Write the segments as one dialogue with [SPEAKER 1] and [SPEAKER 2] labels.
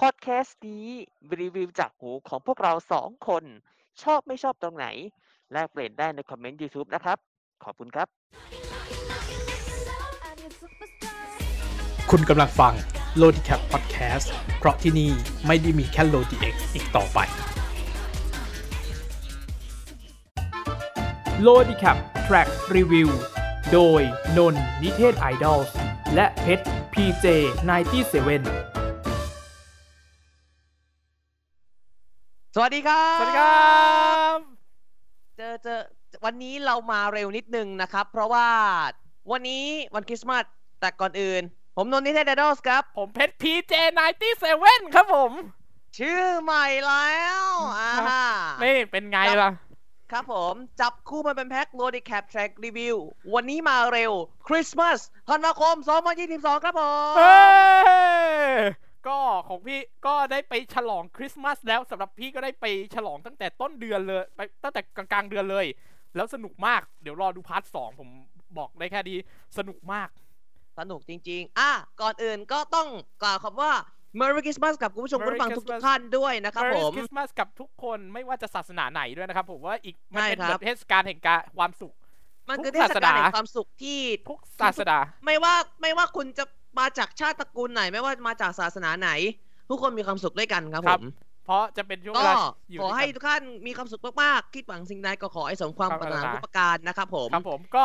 [SPEAKER 1] พอดแคสต์นี้รีวิวจากหูของพวกเราสองคน ชอบไม่ชอบตรงไหน แลกเปลี่ยนได้ในคอมเมนต์ YouTube นะครับ ขอบคุณครับ
[SPEAKER 2] คุณกำลังฟัง l o d i c a p Podcast เพราะที่นี่ไม่ได้มีแค่ l o d i x อีกต่อไป l o d i c a p Track Review โดยนนท์นิเทศไอดอลและเพชร PJ 97
[SPEAKER 3] สวัสดีครับ
[SPEAKER 2] สวัสดีครับ
[SPEAKER 3] เจอเจอวันนี้เรามาเร็วนิดนึงนะครับ เพราะว่าวันนี้วันคริสต์มาสแต่ก่อนอื่น ผมนนท์นิเทศไดดอลสครับ
[SPEAKER 2] ผมเพชร PJ 97ครับผม
[SPEAKER 3] ชื่อใหม่ แล้วอ่า
[SPEAKER 2] นี่เป็นไงล่ะ
[SPEAKER 3] ครับผมจับคู่มาเป็นแพ็คโรดิแคปแทร็กรีวิววันนี้มาเร็วคริสต์มาสธันวาคม 2022 ครับผม
[SPEAKER 2] เอ้ยก็ของพี่ก็ได้ไปฉลองคริสต์มาสแล้วสำหรับพี่ก็ได้ไปฉลองตั้งแต่ต้นเดือนเลยไปตั้งแต่กลางๆเดือนเลย แล้วสนุกมากเดี๋ยวรอดูพาร์ทสองผมบอกได้แค่ดีสนุกมาก
[SPEAKER 3] สนุกจริง ๆ อ่ะ ก่อนอื่นก็ต้องกล่าวคำว่า Merry Christmas กับคุณผู้ชม
[SPEAKER 2] Merry
[SPEAKER 3] คุณผู้ฟังทุก
[SPEAKER 2] Christmas
[SPEAKER 3] ๆท่านด้วยนะครับผม
[SPEAKER 2] คริสต์มาสกับทุกคนไม่ว่าจะศาสนาไหนด้วยนะครับ ผมว่าอีกมันเป็น
[SPEAKER 3] ใช่ครับ
[SPEAKER 2] เหมือนเทศกาลแห่งการความสุข
[SPEAKER 3] มันคือ
[SPEAKER 2] ทุ
[SPEAKER 3] เท
[SPEAKER 2] กศา
[SPEAKER 3] ศ
[SPEAKER 2] ส
[SPEAKER 3] กา
[SPEAKER 2] นา
[SPEAKER 3] ลแห่งความสุขที่
[SPEAKER 2] ทุกศาสนา
[SPEAKER 3] ไม่ว่าไม่ว่าคุณจะมาจากชาติตระกูลไหน ไม่ว่ามาจากศาสนาไหน ทุกคนมีความสุขด้วยกันครับ
[SPEAKER 2] ค
[SPEAKER 3] ผ
[SPEAKER 2] รับ
[SPEAKER 3] ม
[SPEAKER 2] เพราะจะเป็นช่วงเว
[SPEAKER 3] ก็
[SPEAKER 2] ลาอยู่
[SPEAKER 3] ขอให้
[SPEAKER 2] ด้
[SPEAKER 3] ทุ
[SPEAKER 2] วยกัน
[SPEAKER 3] กท่านมีความสุขมากๆคิดหวังสิ่งใดก็ขอให้สมความ
[SPEAKER 2] ครับ
[SPEAKER 3] ปรารถนา
[SPEAKER 2] ครับ
[SPEAKER 3] ทุกประการนะครับผม
[SPEAKER 2] ครับผมก็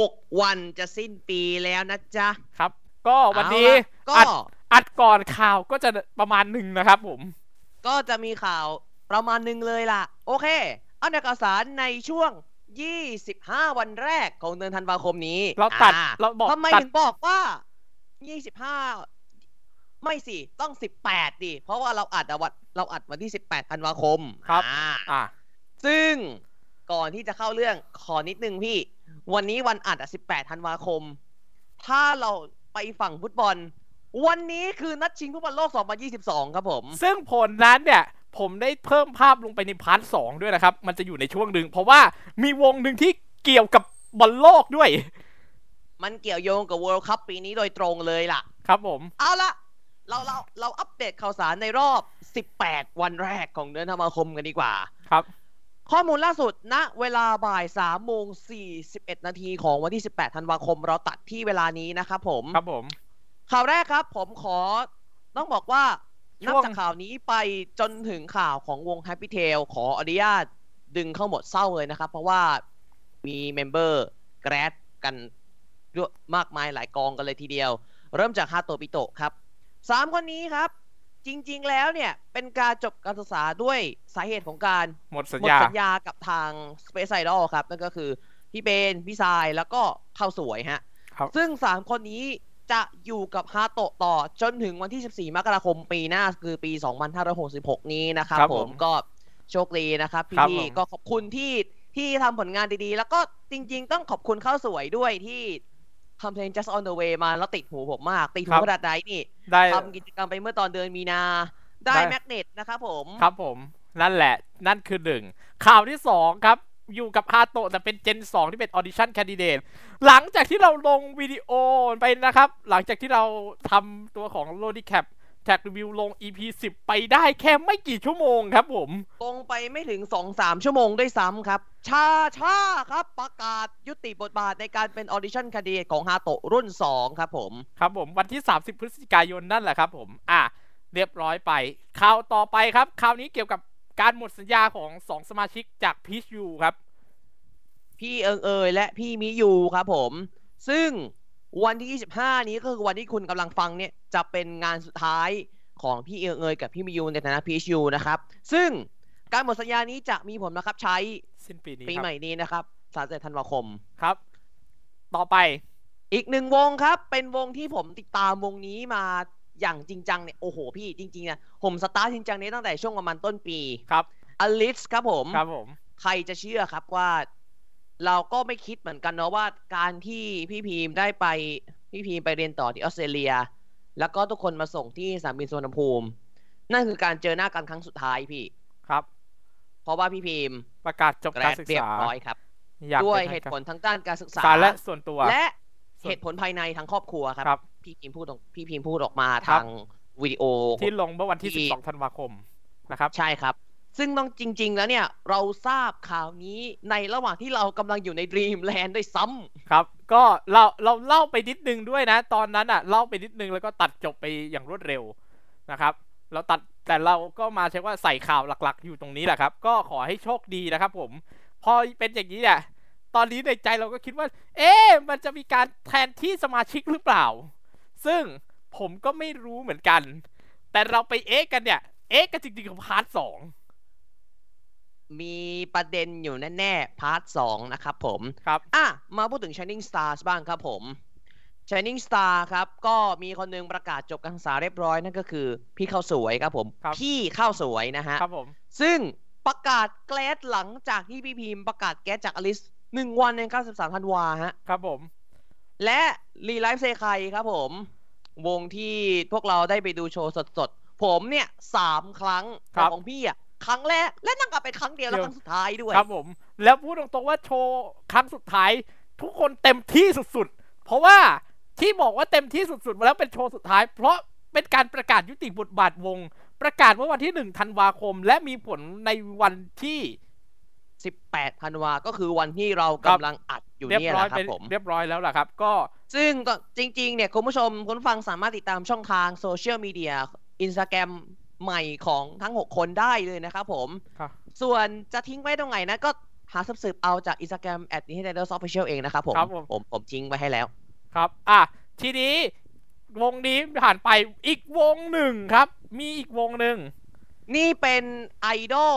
[SPEAKER 3] หกวันจะสิ้นปีแล้วนะจ๊ะ
[SPEAKER 2] ครับ ก็วันนี้
[SPEAKER 3] เอาล่ะก็
[SPEAKER 2] อัดอัดก่อนข่าวก็จะประมาณหนึ่งนะครับผม
[SPEAKER 3] ก็จะมีข่าวประมาณหนึ่งเลยล่ะ โอเค เอาในข่าวสารในช่วง 25 วันแรกของเดือนธันวาคมนี้
[SPEAKER 2] เราตัด
[SPEAKER 3] อ่
[SPEAKER 2] เราบอก
[SPEAKER 3] ทำไม
[SPEAKER 2] ตัด
[SPEAKER 3] ถึงบอกว่า 25 ไม่สิ ต้อง 18 ดิ เพราะว่าเราอัดอะวันเราอัดวันที่ 18ธันวาคม
[SPEAKER 2] ครับ
[SPEAKER 3] อ่า
[SPEAKER 2] อ่ะ
[SPEAKER 3] ซึ่งก่อนที่จะเข้าเรื่องขอนิดนึงพี่ วันนี้วันอัดอะ18ธันวาคม ถ้าเราไปฝั่งฟุตบอล วันนี้คือนัดชิงฟุตบอลโลก 2022 ครับผม
[SPEAKER 2] ซึ่งผลนั้นเนี่ย ผมได้เพิ่มภาพลงไปในพาร์ทสองด้วยนะครับ มันจะอยู่ในช่วงหนึ่งเพราะว่ามีวงหนึ่งที่เกี่ยวกับบอลโลกด้วย
[SPEAKER 3] มันเกี่ยวโยงกับ World Cup ปีนี้โดยตรงเลยล่ะ
[SPEAKER 2] ครับผม
[SPEAKER 3] เอาละเราเราเราอัปเดตข่าวสารในรอบ 18 วันแรกของเดือนธันวาคมกันดีกว่า
[SPEAKER 2] ครับ
[SPEAKER 3] ข้อมูลล่าสุดณเวลาบ่าย3โมง41 นาทีของวันที่ 18 ธันวาคม เราตัดที่เวลานี้นะครับผม
[SPEAKER 2] ครับผม
[SPEAKER 3] ข่าวแรกครับ ผมขอต้องบอกว่า
[SPEAKER 2] ช่
[SPEAKER 3] นับ
[SPEAKER 2] วง
[SPEAKER 3] จากข่าวนี้ไปจนถึงข่าวของวง Happy Tail ขออนุญาตดึงเข้าหมดเศร้าเลยนะครับ เพราะว่ามีเมมเบอร์แกรดกันเยอะมากมายหลายกองกันเลยทีเดียว เริ่มจากฮาโตะปิโตะครับสามคนนี้ครับ จริง ๆ แล้วเนี่ย เป็นการจบการศึกษาด้วยสาเหตุของการ
[SPEAKER 2] หมดสัญ
[SPEAKER 3] หมด
[SPEAKER 2] ญา
[SPEAKER 3] สัญญากับทาง Space Idol ครับ นั่นก็คือพี่เบน พี่ทราย แล้วก็ข้าวสวยฮะ
[SPEAKER 2] ครับ
[SPEAKER 3] ซึ่ง 3 คนนี้จะอยู่กับฮาโตะต่อจนถึงวันที่ 14 มกราคมปีหน้า คือปี 2566 นี้นะครับ
[SPEAKER 2] ครับ
[SPEAKER 3] ผ
[SPEAKER 2] ผม ม
[SPEAKER 3] ก็โชคดีนะครับ พี่
[SPEAKER 2] ครับ
[SPEAKER 3] พี่
[SPEAKER 2] ผม
[SPEAKER 3] ก็ขอบคุณที่ที่ทำผลงานดีๆ แล้วก็จริง ๆ ต้องขอบคุณข้าวสวยด้วยที่ทำเพลง Just on the way มาแล้วติดหูผมมากติดหูขนาดไหนนี่
[SPEAKER 2] ได้
[SPEAKER 3] ทำกิจกรรมไปเมื่อตอนเดือนมีนา ได้
[SPEAKER 2] ได้
[SPEAKER 3] แมกเนตนะครับผม
[SPEAKER 2] ครับผม นั่นแหละ นั่นคือหนึ่ง ข่าวที่สองครับ อยู่กับฮาโตะแต่เป็นเจน 2 ที่เป็นออดิชั่นแคนดิเดต หลังจากที่เราลงวิดีโอไปนะครับ หลังจากที่เราทำตัวของโลดิแคปแท็กรีวิวลง EP 10 ไปได้แค่ไม่กี่ชั่วโมงครับผม
[SPEAKER 3] ตรงไปไม่ถึงสองสามชั่วโมงด้วยซ้ำครับ ชาชาครับประกาศยุติบทบาทในการเป็นออดิชั่นคดีของฮาโตะรุ่น 2 ครับผม
[SPEAKER 2] ครับผมวันที่ 30 พฤศจิกายนนั่นแหละครับผมอ่ะเรียบร้อยไปข่าวต่อไปครับข่าวนี้เกี่ยวกับการหมดสัญญาของ 2 สมาชิกจากพีชยูครับ
[SPEAKER 3] พี่เอิงเอยและพี่มิยูครับผม ซึ่งวันที่ 25 นี้ก็คือวันที่คุณกำลังฟังเนี่ย จะเป็นงานสุดท้ายของพี่เอิงเอยกับพี่มิยูในฐานะพีชยูนะครับ ซึ่งการหมดสัญญานี้จะมีผลบังคับใช้
[SPEAKER 2] สิ้นปีนี้
[SPEAKER 3] ปีให
[SPEAKER 2] ครับ
[SPEAKER 3] ม่นี้นะครับ31ธันวาคม
[SPEAKER 2] ครับ ต่อไป
[SPEAKER 3] อีกหนึ่งวงครับ เป็นวงที่ผมติดตามวงนี้มาอย่างจริงจังเนี่ย โอ้โหพี่จริงๆนะผมสตาร์ทจริงจังนี้ตั้งแต่ช่วงประมาณต้นปี
[SPEAKER 2] ครับ
[SPEAKER 3] อลิสครับผม
[SPEAKER 2] ครับผม
[SPEAKER 3] ใครจะเชื่อครับว่า เราก็ไม่คิดเหมือนกันเนาะว่าการที่พี่พีมได้ไปพี่พีมไปเรียนต่อที่ออสเตรเลีย แล้วก็ทุกคนมาส่งที่สนามบินสุวรรณภูมิ นั่นคือการเจอหน้ากันครั้งสุดท้ายพี่
[SPEAKER 2] ครับ
[SPEAKER 3] เพราะว่าพี่พีม
[SPEAKER 2] ประกาศจบ
[SPEAKER 3] แกร
[SPEAKER 2] การ
[SPEAKER 3] ด
[SPEAKER 2] ศึก
[SPEAKER 3] เรีย
[SPEAKER 2] ษา
[SPEAKER 3] บร้อยครับ
[SPEAKER 2] อาง
[SPEAKER 3] ด้วย
[SPEAKER 2] ป็น
[SPEAKER 3] เหตุผล
[SPEAKER 2] ทา
[SPEAKER 3] ทา
[SPEAKER 2] ง
[SPEAKER 3] งด้านการศึก
[SPEAKER 2] กา
[SPEAKER 3] ษา
[SPEAKER 2] รสารและส่วนตัว
[SPEAKER 3] และ
[SPEAKER 2] ส่วน
[SPEAKER 3] เหตุผลภายในทางครอบครัวครับ
[SPEAKER 2] ครับ
[SPEAKER 3] พี่พิมพ์พูดออกพี่พิมพ์พูดออกมา
[SPEAKER 2] ครั
[SPEAKER 3] ทา
[SPEAKER 2] บ
[SPEAKER 3] ง วิดีโอ
[SPEAKER 2] ที่ลงเมื่อวันที่
[SPEAKER 3] ที่
[SPEAKER 2] 12 ธันวาคมนะครับ
[SPEAKER 3] ใช่ครับ ซึ่งต้องจริง ๆ แล้วเนี่ย เราทราบข่าวนี้ในระหว่างที่เรากำลังอยู่ใน Dreamland ด้วยซ้
[SPEAKER 2] ครับ ก็เราเราเล่าไปนิดนึงด้วยนะ ตอนนั้นอ่ะเล่าไปนิดนึงแล้วก็ตัดจบไปอย่างรวดเร็วนะครับ เราตัดแต่เราก็มาใช้ว่าใส่ข่าวหลักๆ อยู่ตรงนี้แหละครับ ก็ขอให้โชคดีนะครับผม พอเป็นอย่างนี้เนี่ยตอนนี้ในใจเราก็คิดว่า เอ๊ะมันจะมีการแทนที่สมาชิกหรือเปล่า ซึ่งผมก็ไม่รู้เหมือนกัน แต่เราไปเอ๊ะกันเนี่ย เอ๊ะกันจริงๆของพาร์ทสอง
[SPEAKER 3] ำ มีประเด็นอยู่แน่ ๆ พาร์ทสองนะครับผม
[SPEAKER 2] ครับ
[SPEAKER 3] อ่ะ มาพูดถึง Shining Stars บ้างครับผม Shining Star ครับ ก็มีคนหนึงประกาศจบการศึกษาเรียบร้อยนั่นก็คือ พี่ข้าวสวยครับผม
[SPEAKER 2] ครับ
[SPEAKER 3] พี่ข้าวสวยนะฮะ
[SPEAKER 2] ครับผม
[SPEAKER 3] ซึ่งประกาศแกลสหลังจากที่พี่พิมพ์ประกาศแกลสจากอลิสหนึ่งวันใน93ธันวาฮะ
[SPEAKER 2] ครับผม
[SPEAKER 3] และรีไลฟ์เซคายครับผม วงที่พวกเราได้ไปดูโชว์สดๆ ผมเนี่ยสามครั้ง
[SPEAKER 2] ครับ
[SPEAKER 3] แต่ของพี่อ่ะ ครั้งแรก และนั่งกลับไปครั้งเดียว และครั้งสุดท้ายด้วย
[SPEAKER 2] ครับผม แล้วพูดตรงๆว่าโชว์ครั้งสุดท้าย ทุกคนเต็มที่สุดๆ เพราะว่าที่บอกว่าเต็มที่สุดๆมาแล้วเป็นโชว์สุดท้าย เพราะเป็นการประกาศยุติบทบาทวง ประกาศเมื่อวันที่ 1 ธันวาคม และมีผลในวันที่
[SPEAKER 3] 18ธันวาก็คือวันที่เรากำลังอัดอยู่
[SPEAKER 2] เรียบ
[SPEAKER 3] เนี่ย
[SPEAKER 2] ร้อย
[SPEAKER 3] นะครั
[SPEAKER 2] ไป
[SPEAKER 3] บผม
[SPEAKER 2] เรียบร้อยแล้วล่ะครับ ก็
[SPEAKER 3] ซึ่งก็จริง ๆ เนี่ย คุณผู้ชม คุณผู้ฟังสามารถติดตามช่องทางโซเชียลมีเดียอินสตาแกรมใหม่ของทั้ง 6 คนได้เลยนะครับผม
[SPEAKER 2] ครับ
[SPEAKER 3] ส่วนจะทิ้งไว้ตรงไหนนะ ก็หาสืบๆเอาจากอินสตาแกรมแอดนี้ให้ไดโนซอฟฟิเชียลเองนะครับผม
[SPEAKER 2] ครับผม
[SPEAKER 3] ผมผมทิ้งไว้ให้แล้ว
[SPEAKER 2] ครับ อ่ะ ทีนี้วงนี้ผ่านไปอีกวงหนึ่งครับ มีอีกวงหนึ่ง
[SPEAKER 3] นี่เป็นไอดอล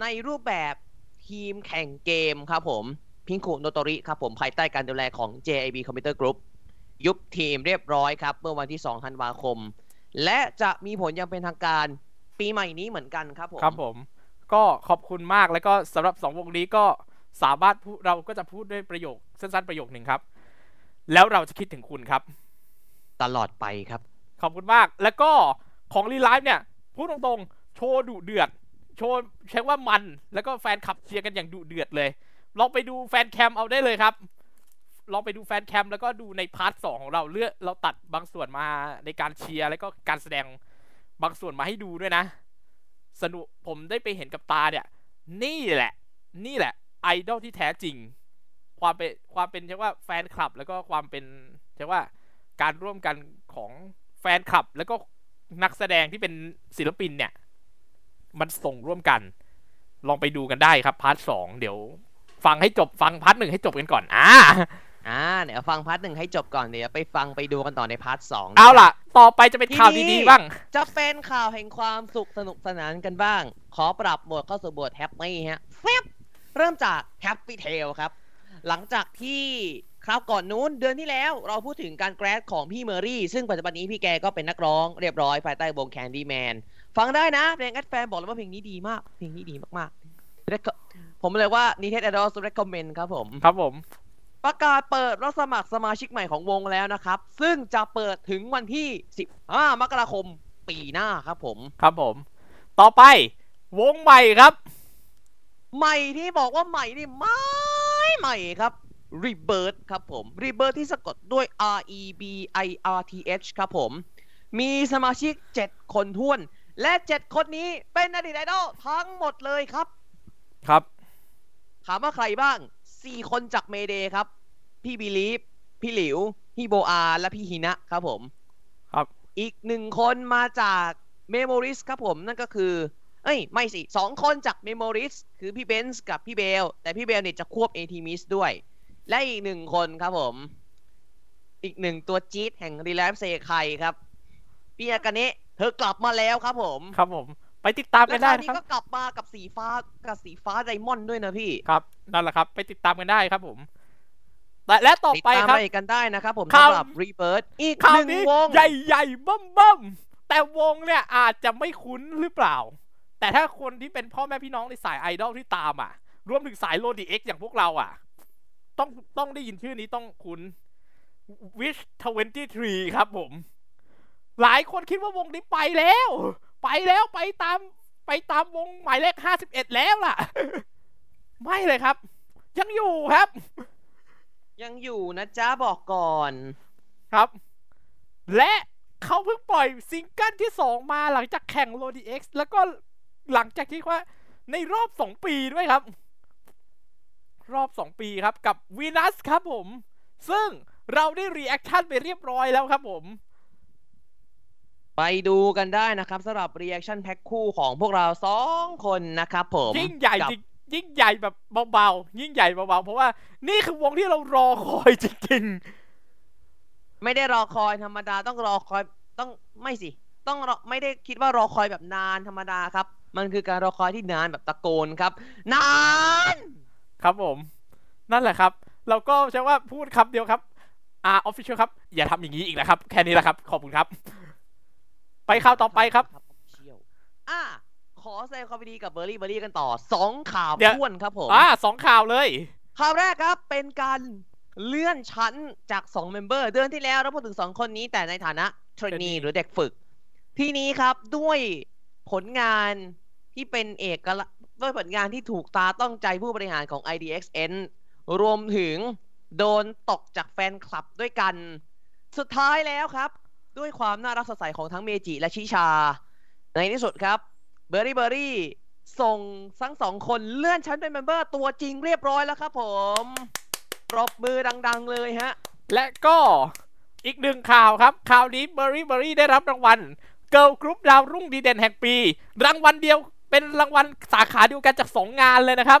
[SPEAKER 3] ในรูปแบบทีมแข่งเกมครับผมพิงคุโนโตริครับผมภายใต้การดูแลของ JIB Computer Group ยุบทีมเรียบร้อยครับ เมื่อวันที่ 2 ธันวาคม และจะมีผลอยังเป็นทางการปีใหม่นี้เหมือนกันครับผม
[SPEAKER 2] ครับผมก็ขอบคุณมากแล้วก็สำหรับสองวงนี้ก็สามารถพูดเราก็จะพูดด้วยประโยคสั้นๆประโยคหนึ่งครับ แล้วเราจะคิดถึงคุณครับ
[SPEAKER 3] ตลอดไปครับ
[SPEAKER 2] ขอบคุณมากแล้วก็ของรีไลฟ์เนี่ย พูดตรงๆ โชว์ดุเดือด โชว์เช็คว่ามัน แล้วก็แฟนคลับเชียร์กันอย่างดุเดือดเลย ลองไปดูแฟนแคมเอาได้เลยครับ ลองไปดูแฟนแคมแล้วก็ดูในพาร์ทสองของเราเลือกเราตัดบางส่วนมาในการเชียร์แล้วก็การแสดงบางส่วนมาให้ดูด้วยนะ สนุกผมได้ไปเห็นกับตาเนี่ย นี่แหละ นี่แหละ ไอดอลที่แท้จริง ความเป็นความเป็นเรียกว่าแฟนคลับ แล้วก็ความเป็นเรียกว่าการร่วมกันของแฟนคลับ แล้วก็นักแสดงที่เป็นศิลปินเนี่ย มันส่งร่วมกัน ลองไปดูกันได้ครับพาร์ทสองเดี๋ยว ฟังให้จบฟังพาร์ทหนึ่งให้จบกันก่อนอ่า
[SPEAKER 3] อ่าเดี๋ยวฟังพาร์ทหนึ่งให้จบก่อนเดี๋ยวไปฟังไปดูกันต่อในพาร์ทสอง
[SPEAKER 2] เอาล่ะ ต่อไปจะเป็นข่าวดีๆบ้าง
[SPEAKER 3] จะเป็นข่าวแห่งความสุขสนุกสนานกันบ้าง ขอปรับโหมดเข้าสู่โหมดแฮปปี้ฮะแฟบเริ่มจากแฮปปี้เทลครับ หลังจากที่คราวก่อนนู้นเดือนที่แล้วเราพูดถึงการแกรดของพี่เมอรี่ ซึ่งปัจจุบันนี้พี่แกก็เป็นนักร้องเรียบร้อยภายใต้วงแคนดี้แมนฟังได้นะเพลงแอดแฟนบอกเลยว่าเพลงนี้ดีมาก เพลงนี้ดีมากๆ Reco- ผมเลยว่านิเทศอดอลส์ recommend ครับผม
[SPEAKER 2] ครับผม
[SPEAKER 3] ประกาศเปิดรับสมัครสมาชิกใหม่ของวงแล้วนะครับ ซึ่งจะเปิดถึงวันที่ 15 มกราคมปีหน้าครับผม
[SPEAKER 2] ครับผม ต่อไป วงใหม่ครับ
[SPEAKER 3] ใหม่ที่บอกว่าใหม่นี่ไม่ใหม่ครับ Rebirth ครับผม Rebirth ที่สะกดด้วย R E B I R T H ครับผม มีสมาชิก 7 คนท้วน และ 7 คนนี้เป็นอดีตไอดอลทั้งหมดเลยครับ
[SPEAKER 2] ครับ
[SPEAKER 3] ถามว่าใครบ้าง 4 คนจากเมเดครับ พี่บิลีฟ พี่หลิว พี่โบอาและพี่ฮินะครับผม
[SPEAKER 2] ครับ
[SPEAKER 3] อีกหนึ่งคนมาจากเมโมริสครับผมนั่นก็คือ เอ้ย ไม่สิสองคนจากเมโมริสคือพี่เบนซ์กับพี่เบล แต่พี่เบลเนี่ยจะควบเอทีมิสด้วย และอีกหนึ่งคนครับผม อีกหนึ่งตัวจี๊ดแห่งรีแลฟเซคายครับพี่อากาเนะเธอกลับมาแล้วครับผม
[SPEAKER 2] ครับผม ไปติดตามกั
[SPEAKER 3] และค
[SPEAKER 2] นได้
[SPEAKER 3] ราว
[SPEAKER 2] นะ
[SPEAKER 3] นี้
[SPEAKER 2] ครับ
[SPEAKER 3] ก็กลับมากับสีฟ้ากับสีฟ้าไดมอนด์ด้วยนะพี่
[SPEAKER 2] ครับ นั่นแหละครับ ไปติดตามกันได้ครับผม และและต่อ
[SPEAKER 3] ติด
[SPEAKER 2] ไป
[SPEAKER 3] ตาม
[SPEAKER 2] ครั
[SPEAKER 3] ราย
[SPEAKER 2] บ
[SPEAKER 3] ละเอียดกันได้นะครับผม
[SPEAKER 2] ข่าว
[SPEAKER 3] สำหรับ Rebirth อีก
[SPEAKER 2] ข่า
[SPEAKER 3] ห
[SPEAKER 2] ว
[SPEAKER 3] นึ่ง
[SPEAKER 2] นี้
[SPEAKER 3] วง
[SPEAKER 2] ใหญ่ๆเบิ่มๆ แต่วงเนี่ยอาจจะไม่คุ้นหรือเปล่า แต่ถ้าคนที่เป็นพ่อแม่พี่น้องในสายไอดอลที่ตามอ่ะ รวมถึงสายโลดีเอ็กอย่างพวกเราอ่ะ ต้องต้องได้ยินชื่อนี้ต้องคุ้น Wish 23 ครับผม หลายคนคิดว่าวงนี้ไปแล้ว ไปแล้วไปตามไปตามวงหมายเลข 51 แล้วล่ะ ไม่เลยครับ ยังอยู่ครับ
[SPEAKER 3] ยังอยู่นะจ๊ะบอกก่อน
[SPEAKER 2] ครับ และ เขาเพิ่งปล่อยซิงเกิลที่ 2 มาหลังจากแข่งโ o ดีเอ็กซ์แล้วก็หลังจากที่ว่าในรอบ 2 ปีด้วยครับ รอบ 2 ปีครับกับวีนัสครับผม ซึ่งเราได้รีแอคชั่นไปเรียบร้อยแล้วครับผม
[SPEAKER 3] ไปดูกันได้นะครับสำหรับ reaction pack คู่ของพวกเราสองคนนะครับผม
[SPEAKER 2] ยิ่งใหญ่
[SPEAKER 3] กับ
[SPEAKER 2] จริงยิ่งใหญ่แบบเบาๆ ยิ่งใหญ่เบาๆ เพราะว่านี่คือวงที่เรารอคอยจริง
[SPEAKER 3] ไม่ได้รอคอยธรรมดาต้องรอคอยต้องไม่สิ ต้องรอไม่ได้คิดว่ารอคอยแบบนานธรรมดาครับ มันคือการรอคอยที่นานแบบตะโกนครับ นาน
[SPEAKER 2] ๆ ครับผม นั่นแหละครับ เราก็ใช่ว่าพูดคำเดียวครับ อ่าออฟฟิเชียลครับ อย่าทำอย่างนี้อีกนะครับ แค่นี้แหละครับ ขอบคุณครับ ไปข่าวต่อไปครับ
[SPEAKER 3] เชี่ยวอ่ะขอแสดงความยินดีกับเบอร์รี่เบอร์รี่กันต่อสองข่าว
[SPEAKER 2] เดี๋ยว
[SPEAKER 3] พ่วนครับผม
[SPEAKER 2] อ่าสองข่าวเลย
[SPEAKER 3] ข่าวแรกครับเป็นการเลื่อนชั้นจาก 2 เมมเบอร์ เดือนที่แล้วเราพูดถึง 2 คนนี้แต่ในฐานะเทรนนี
[SPEAKER 2] trainee
[SPEAKER 3] หรือเด็กฝึก ที่นี้ครับด้วยผลงานที่เป็นเอกลักษณ์ด้วยผลงานที่ถูกตาต้องใจผู้บริหารของ IDXN รวมถึงโดนตกจากแฟนคลับด้วยกัน สุดท้ายแล้วครับ ด้วยความน่ารักสดใสของทั้งเมจิและชิชา ในที่สุดครับเบอร์รี่เบอร์รี่ส่งทั้งสองคนเลื่อนชั้นเป็นเมมเบอร์ตัวจริงเรียบร้อยแล้วครับผมปรบมือดัง ๆ เลยฮะ
[SPEAKER 2] และก็อีกหนึ่งข่าวครับ ข่าวนี้เบอร์รี่เบอร์รี่ได้รับรางวัลเกิ l g ลกรุ๊ปดาวรุ่งดีเด่นแห่งปี รางวัลเดียวเป็นรางวัลสาขาเดียวกันจากสองงานเลยนะครับ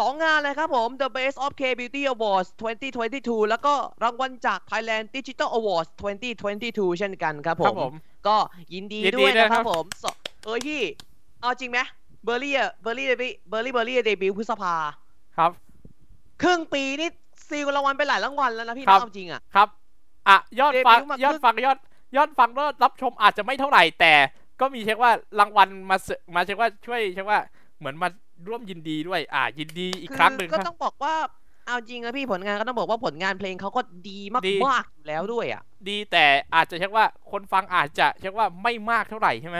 [SPEAKER 3] สองงานเลยครับผม The Best of K Beauty Awards 2022 แล้วก็รางวัลจาก Thailand Digital Awards 2022 เช่นกันครับผม ก็ยินดี
[SPEAKER 2] ยินดี
[SPEAKER 3] ด้วย
[SPEAKER 2] ด้วย
[SPEAKER 3] นะค
[SPEAKER 2] ครั
[SPEAKER 3] รับบ ผมสเออพี่ เอาจริงไหมเบอร์รี่อะเบอร์รี่เดบิเบอร์รี่เบอร์รี่เดบิวต์พฤษภา
[SPEAKER 2] ครับ
[SPEAKER 3] ครึ่งปีนี่ซีลรางวัลไปหลายรางวัลแล้วนะพี่
[SPEAKER 2] ครั
[SPEAKER 3] นะ
[SPEAKER 2] บ
[SPEAKER 3] เอาจริงอ่ะ
[SPEAKER 2] ครับ อ่ะ ยอดฟัง
[SPEAKER 3] เดบิวต์มาย
[SPEAKER 2] อดฟังยอด ยอดฟังก็รับชมอาจจะไม่เท่าไหร่ แต่ก็มีเช็คว่ารางวัลมาเสมาเช็คว่าช่วยเช็คว่าเหมือนมาร่วมยินดีด้วย อ่ะยินดีอีกครั้งหนึ่ง
[SPEAKER 3] ก็
[SPEAKER 2] ครับ
[SPEAKER 3] ต้องบอกว่าเอาจริงนะพี่ผลงานก็ต้องบอกว่าผลงานเพลงเขาก็ดีมาก
[SPEAKER 2] ดี
[SPEAKER 3] มากอยู่แล้วด้วยอ่ะ
[SPEAKER 2] ดีแต่อาจจะเช็คว่าคนฟังอาจจะเช็คว่าไม่มากเท่าไหร่ใช่ไหม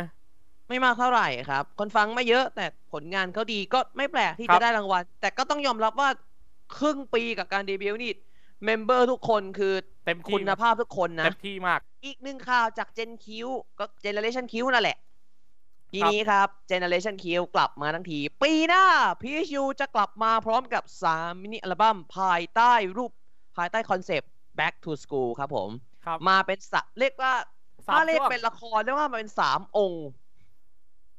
[SPEAKER 3] ไม่มากเท่าไหร่ครับ คนฟังไม่เยอะแต่ผลงานเขาดีก็ไม่แปลกที่
[SPEAKER 2] ครั
[SPEAKER 3] จะ
[SPEAKER 2] บ
[SPEAKER 3] ได้รางวัล แต่ก็ต้องยอมรับว่าครึ่งปีกับการเดบิวต์นี่เมมเบอร์ทุกคนคือ
[SPEAKER 2] เต็มที่
[SPEAKER 3] คุณภาพทุกคนนะ
[SPEAKER 2] เต็มที่มาก
[SPEAKER 3] อีกหนึ่งข่าวจาก Gen Q ก็ Generation Q นั่นแหละ ทีนี้ครับ Generation Q กลับมาทั้งที ปีหน้า PSU จะกลับมาพร้อมกับ 3 มินิอัลบั้มภายใต้รูปภายใต้คอนเซปต์ Back to School ครับผม
[SPEAKER 2] ครับ
[SPEAKER 3] มาเป็นสะเรียกว่า
[SPEAKER 2] สาม
[SPEAKER 3] ถ้าเรียก
[SPEAKER 2] ช่วง
[SPEAKER 3] เป็นละครเรียกว่ามันเป็น 3 องค์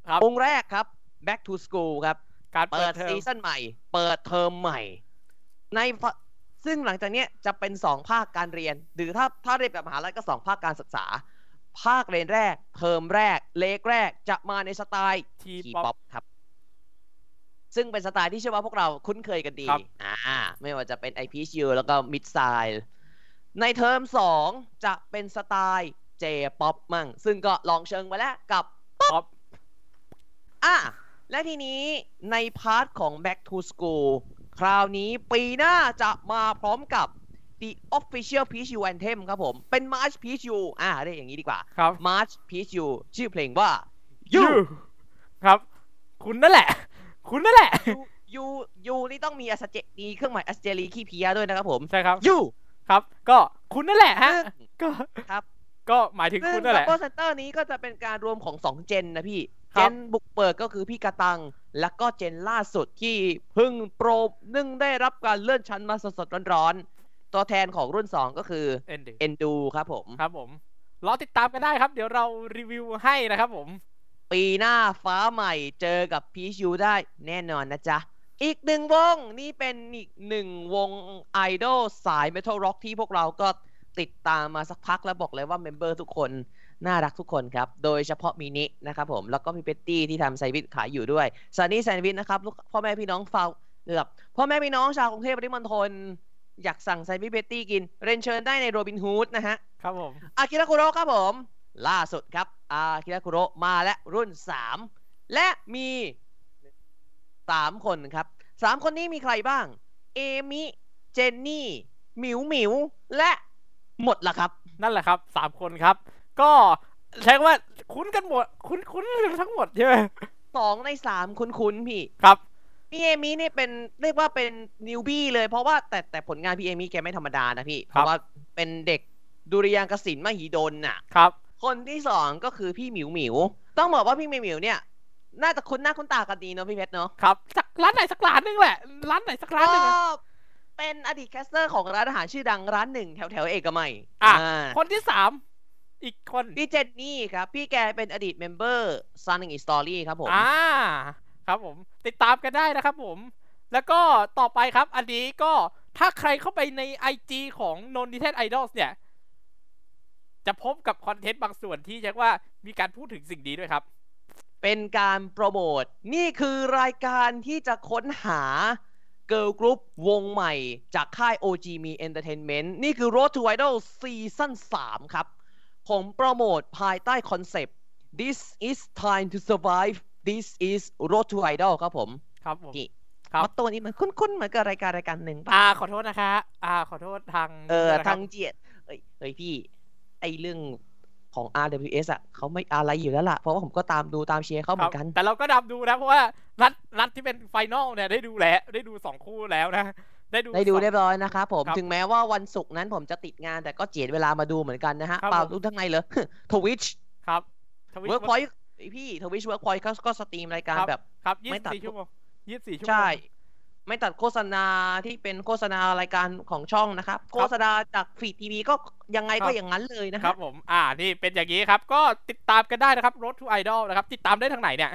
[SPEAKER 2] ครับ
[SPEAKER 3] องค์แรกครับ Back to School ครับ
[SPEAKER 2] การเปิ
[SPEAKER 3] เปิ
[SPEAKER 2] ด
[SPEAKER 3] ด
[SPEAKER 2] เทอม
[SPEAKER 3] ซีซั่นใหม่ เปิดเทอมใหม่ ในฟซึ่งหลังจากเนี้ยจะเป็นสองภาคการเรียน หรือถ้าถ้าเรียนแบบมหาลัยก็สองภาคการศึกษา ภาคเรียนแรก เทอมแรก เลขแรกจะมาในสไตล์
[SPEAKER 2] T-pop
[SPEAKER 3] ป๊อปครับ ซึ่งเป็นสไตล์ที่เชื่อว่าพวกเราคุ้นเคยกันดี
[SPEAKER 2] ครับ
[SPEAKER 3] อ่า ไม่ว่าจะเป็น i p u แล้วก็มิดไซล์ในเทอมสองจะเป็นสไตล์ J-POP มั่ง ซึ่งก็ลองเชิงไว้แล้วกับ
[SPEAKER 2] ป๊อป
[SPEAKER 3] อ่ะ และทีนี้ในพาร์ทของ Back to School คราวนี้ปีหน้าจะมาพร้อมกับ The Official PSU Anthem ครับผม เป็น March PSU อ่าเรียกอย่างนี้ดีกว่า
[SPEAKER 2] ครับ
[SPEAKER 3] March PSU ชื่อเพลงว่า
[SPEAKER 2] ยู
[SPEAKER 3] You
[SPEAKER 2] ครับ คุณนั่นแหละ คุณนั่นแหละ
[SPEAKER 3] You You You นี่ต้องมีอัสเจนีเครื่องหมายอัสเจรีขี้เพียด้วยนะครับผม
[SPEAKER 2] ใช่ครับ
[SPEAKER 3] You
[SPEAKER 2] ครับ ก็คุณนั่นแหละฮะ
[SPEAKER 3] ซึ่ง
[SPEAKER 2] ก็
[SPEAKER 3] ครับ
[SPEAKER 2] ก็หมายถึง
[SPEAKER 3] ซึ่
[SPEAKER 2] คุณ
[SPEAKER 3] ง
[SPEAKER 2] นั่นแห
[SPEAKER 3] ซัพ
[SPEAKER 2] ละ
[SPEAKER 3] พอร์ตเซนเตอร์นี้ก็จะเป็นการรวมของ 2 เจนนะพี่
[SPEAKER 2] ครั
[SPEAKER 3] เจ
[SPEAKER 2] บ
[SPEAKER 3] นบุกเปิดก็คือพี่กระตัง แล้วก็เจนล่าสุดที่เพึ่งโปรนึ่งได้รับการเลื่อนชั้นมาสดๆร้อนๆ ตัวแทนของรุ่น 2 ก็คือ
[SPEAKER 2] เอ็นดิ
[SPEAKER 3] เอนดูครับผม
[SPEAKER 2] ครับผม รอติดตามกันได้ครับ เดี๋ยวเรารีวิวให้นะครับผม
[SPEAKER 3] ปีหน้าฟ้าใหม่เจอกับพีชูได้แน่นอนนะจ๊ะ อีกหนึ่งวงนี่เป็นอีกหนึ่งวงไอดอลสายเมทัลร็อกที่พวกเราก็ติดตามมาสักพักแล้วบอกเลยว่าเมมเบอร์ทุกคน น่ารักทุกคนครับ โดยเฉพาะมินินะครับผม แล้วก็พี่เป๊ตตี้ที่ทำแซนด์วิชขายอยู่ด้วยซันนี่แซนด์วิชนะครับลูกพ่อแม่พี่น้องฟาวเกือบพ่อแม่พี่น้องชาวกรุงเทพปริมณฑลอยากสั่งแซนด์วิชเป๊ตตี้กินเรยนเชิญได้ในโรบินฮูดนะฮะ
[SPEAKER 2] ครับผม
[SPEAKER 3] อากิระคุโระครับผม ล่าสุดครับ อากิระคุโระมาและรุ่น 3 และมี 3 คนครับ 3 คนนี้มีใครบ้าง เอมิ เจนนี่ หมิวหมิว และหมดละครับ
[SPEAKER 2] นั่นแหละครับสามคนครับ ก็ใช้คำว่าคุ้นกันหมด คุ้นคุ้นกันทั้งหมดใช่ไหม
[SPEAKER 3] 2 ใน 3 คุ้นคุ้นๆพี่
[SPEAKER 2] ครับ
[SPEAKER 3] พี่เอมิเนี่ยเป็นเรียกว่าเป็นนิวบี้เลย เพราะว่าแต่แต่ผลงานพี่เอมิแกไม่ธรรมดานะพี่ เพ
[SPEAKER 2] ครับ
[SPEAKER 3] ราะว่าเป็นเด็กดุริยางคศิลป์มหิดลน่ะ
[SPEAKER 2] ครับ
[SPEAKER 3] คนที่สองก็คือพี่หมิวหมิว ต้องบอกว่าพี่หมิวหมิวเนี่ย น่าจะคุ้นหน้าคุ้นตากันดีเนาะพี่เพชรเนาะ
[SPEAKER 2] ครับสักร้านไหนสักร้านหนึงแหละร้านไหนสักร้านหนึง
[SPEAKER 3] ก็
[SPEAKER 2] อะ
[SPEAKER 3] เป็นอดีตแคสเตอร์ของร้านอาหารชื่อดังร้านหนึ่งแถวแถวๆเอกมัย
[SPEAKER 2] อ่ะ
[SPEAKER 3] า
[SPEAKER 2] คนที่สามอีกคน
[SPEAKER 3] พี่เจนนี่ครับ พี่แกเป็นอดีตเมมเบอร์ Sunning is Story ครับผม
[SPEAKER 2] อ่าครับผม ติดตามกันได้นะครับผม แล้วก็ต่อไปครับ อันนี้ก็ถ้าใครเข้าไปใน IG ของ Non d e t e d Idols เนี่ย จะพบกับคอนเทนต์บางส่วนที่เรียกว่ามีการพูดถึงสิ่งนี้ด้วยครับ
[SPEAKER 3] เป็นการโปรโมท นี่คือรายการที่จะค้นหาเกิ l ลกรุ๊ปวงใหม่จากค่าย OGME Entertainment นี่คือ Road to Idol ซีซั่น3ครับ ผมโปรโมทภายใต้คอนเซปต์ This is time to survive This is Road to Idol ครับผม
[SPEAKER 2] ครับผม
[SPEAKER 3] นี่
[SPEAKER 2] ครับ
[SPEAKER 3] วัดตัวนี้มันคุ้นๆเหมือนกับรายการรายการหนึ่งปะ
[SPEAKER 2] อ่าขอโทษนะคะ อ่าขอโทษทาง
[SPEAKER 3] เออ
[SPEAKER 2] ด้วยนะค
[SPEAKER 3] ทา
[SPEAKER 2] รับ
[SPEAKER 3] งเจียดเอ้ยเอ้ยพี่ ไอเรื่องของ RWS อ่ะเขาไม่อะไรอยู่แล้วล่ะ เพราะว่าผมก็ตามดูตามเชียร์เขาเหมือนกัน
[SPEAKER 2] ครับแต่เราก็ดับดูนะเพราะว่านัดนัดที่เป็นไฟนอลเนี่ยได้ดูแล้วได้ดูสองคู่แล้วนะ ได้ดู
[SPEAKER 3] ได้ดู
[SPEAKER 2] สอง
[SPEAKER 3] เรียบร้อยนะครับผม
[SPEAKER 2] ครับ
[SPEAKER 3] ถึงแม้ว่าวันศุกร์นั้นผมจะติดงานแต่ก็เจียดเวลามาดูเหมือนกันนะฮะ เปล่ารู้ทั้งไงเลย ทวิช
[SPEAKER 2] ครับทวิต
[SPEAKER 3] เวิร์กพอยต์พี่ทวิชเวิร์กพอยต์เขาก็สตรีมรายการแบบ
[SPEAKER 2] ครับยี่
[SPEAKER 3] ไม่
[SPEAKER 2] สิบ
[SPEAKER 3] ตัด
[SPEAKER 2] สี่ชั่วโมงยี่สิบสี่ชั่วโมง
[SPEAKER 3] ใช่ ไม่ตัดโฆษณาที่เป็นโฆษณารายการของช่องนะครับ โฆษณาจากฟีดทีวีก็ยังไง
[SPEAKER 2] ครับ
[SPEAKER 3] ก็อย่างนั้นเลยนะ
[SPEAKER 2] ค
[SPEAKER 3] ครั
[SPEAKER 2] รับ บผม อ่า นี่เป็นอย่างนี้ครับ ก็ติดตามกันได้นะครับ Road to Idol นะครับ ติดตามได้ทางไหนเนี่ย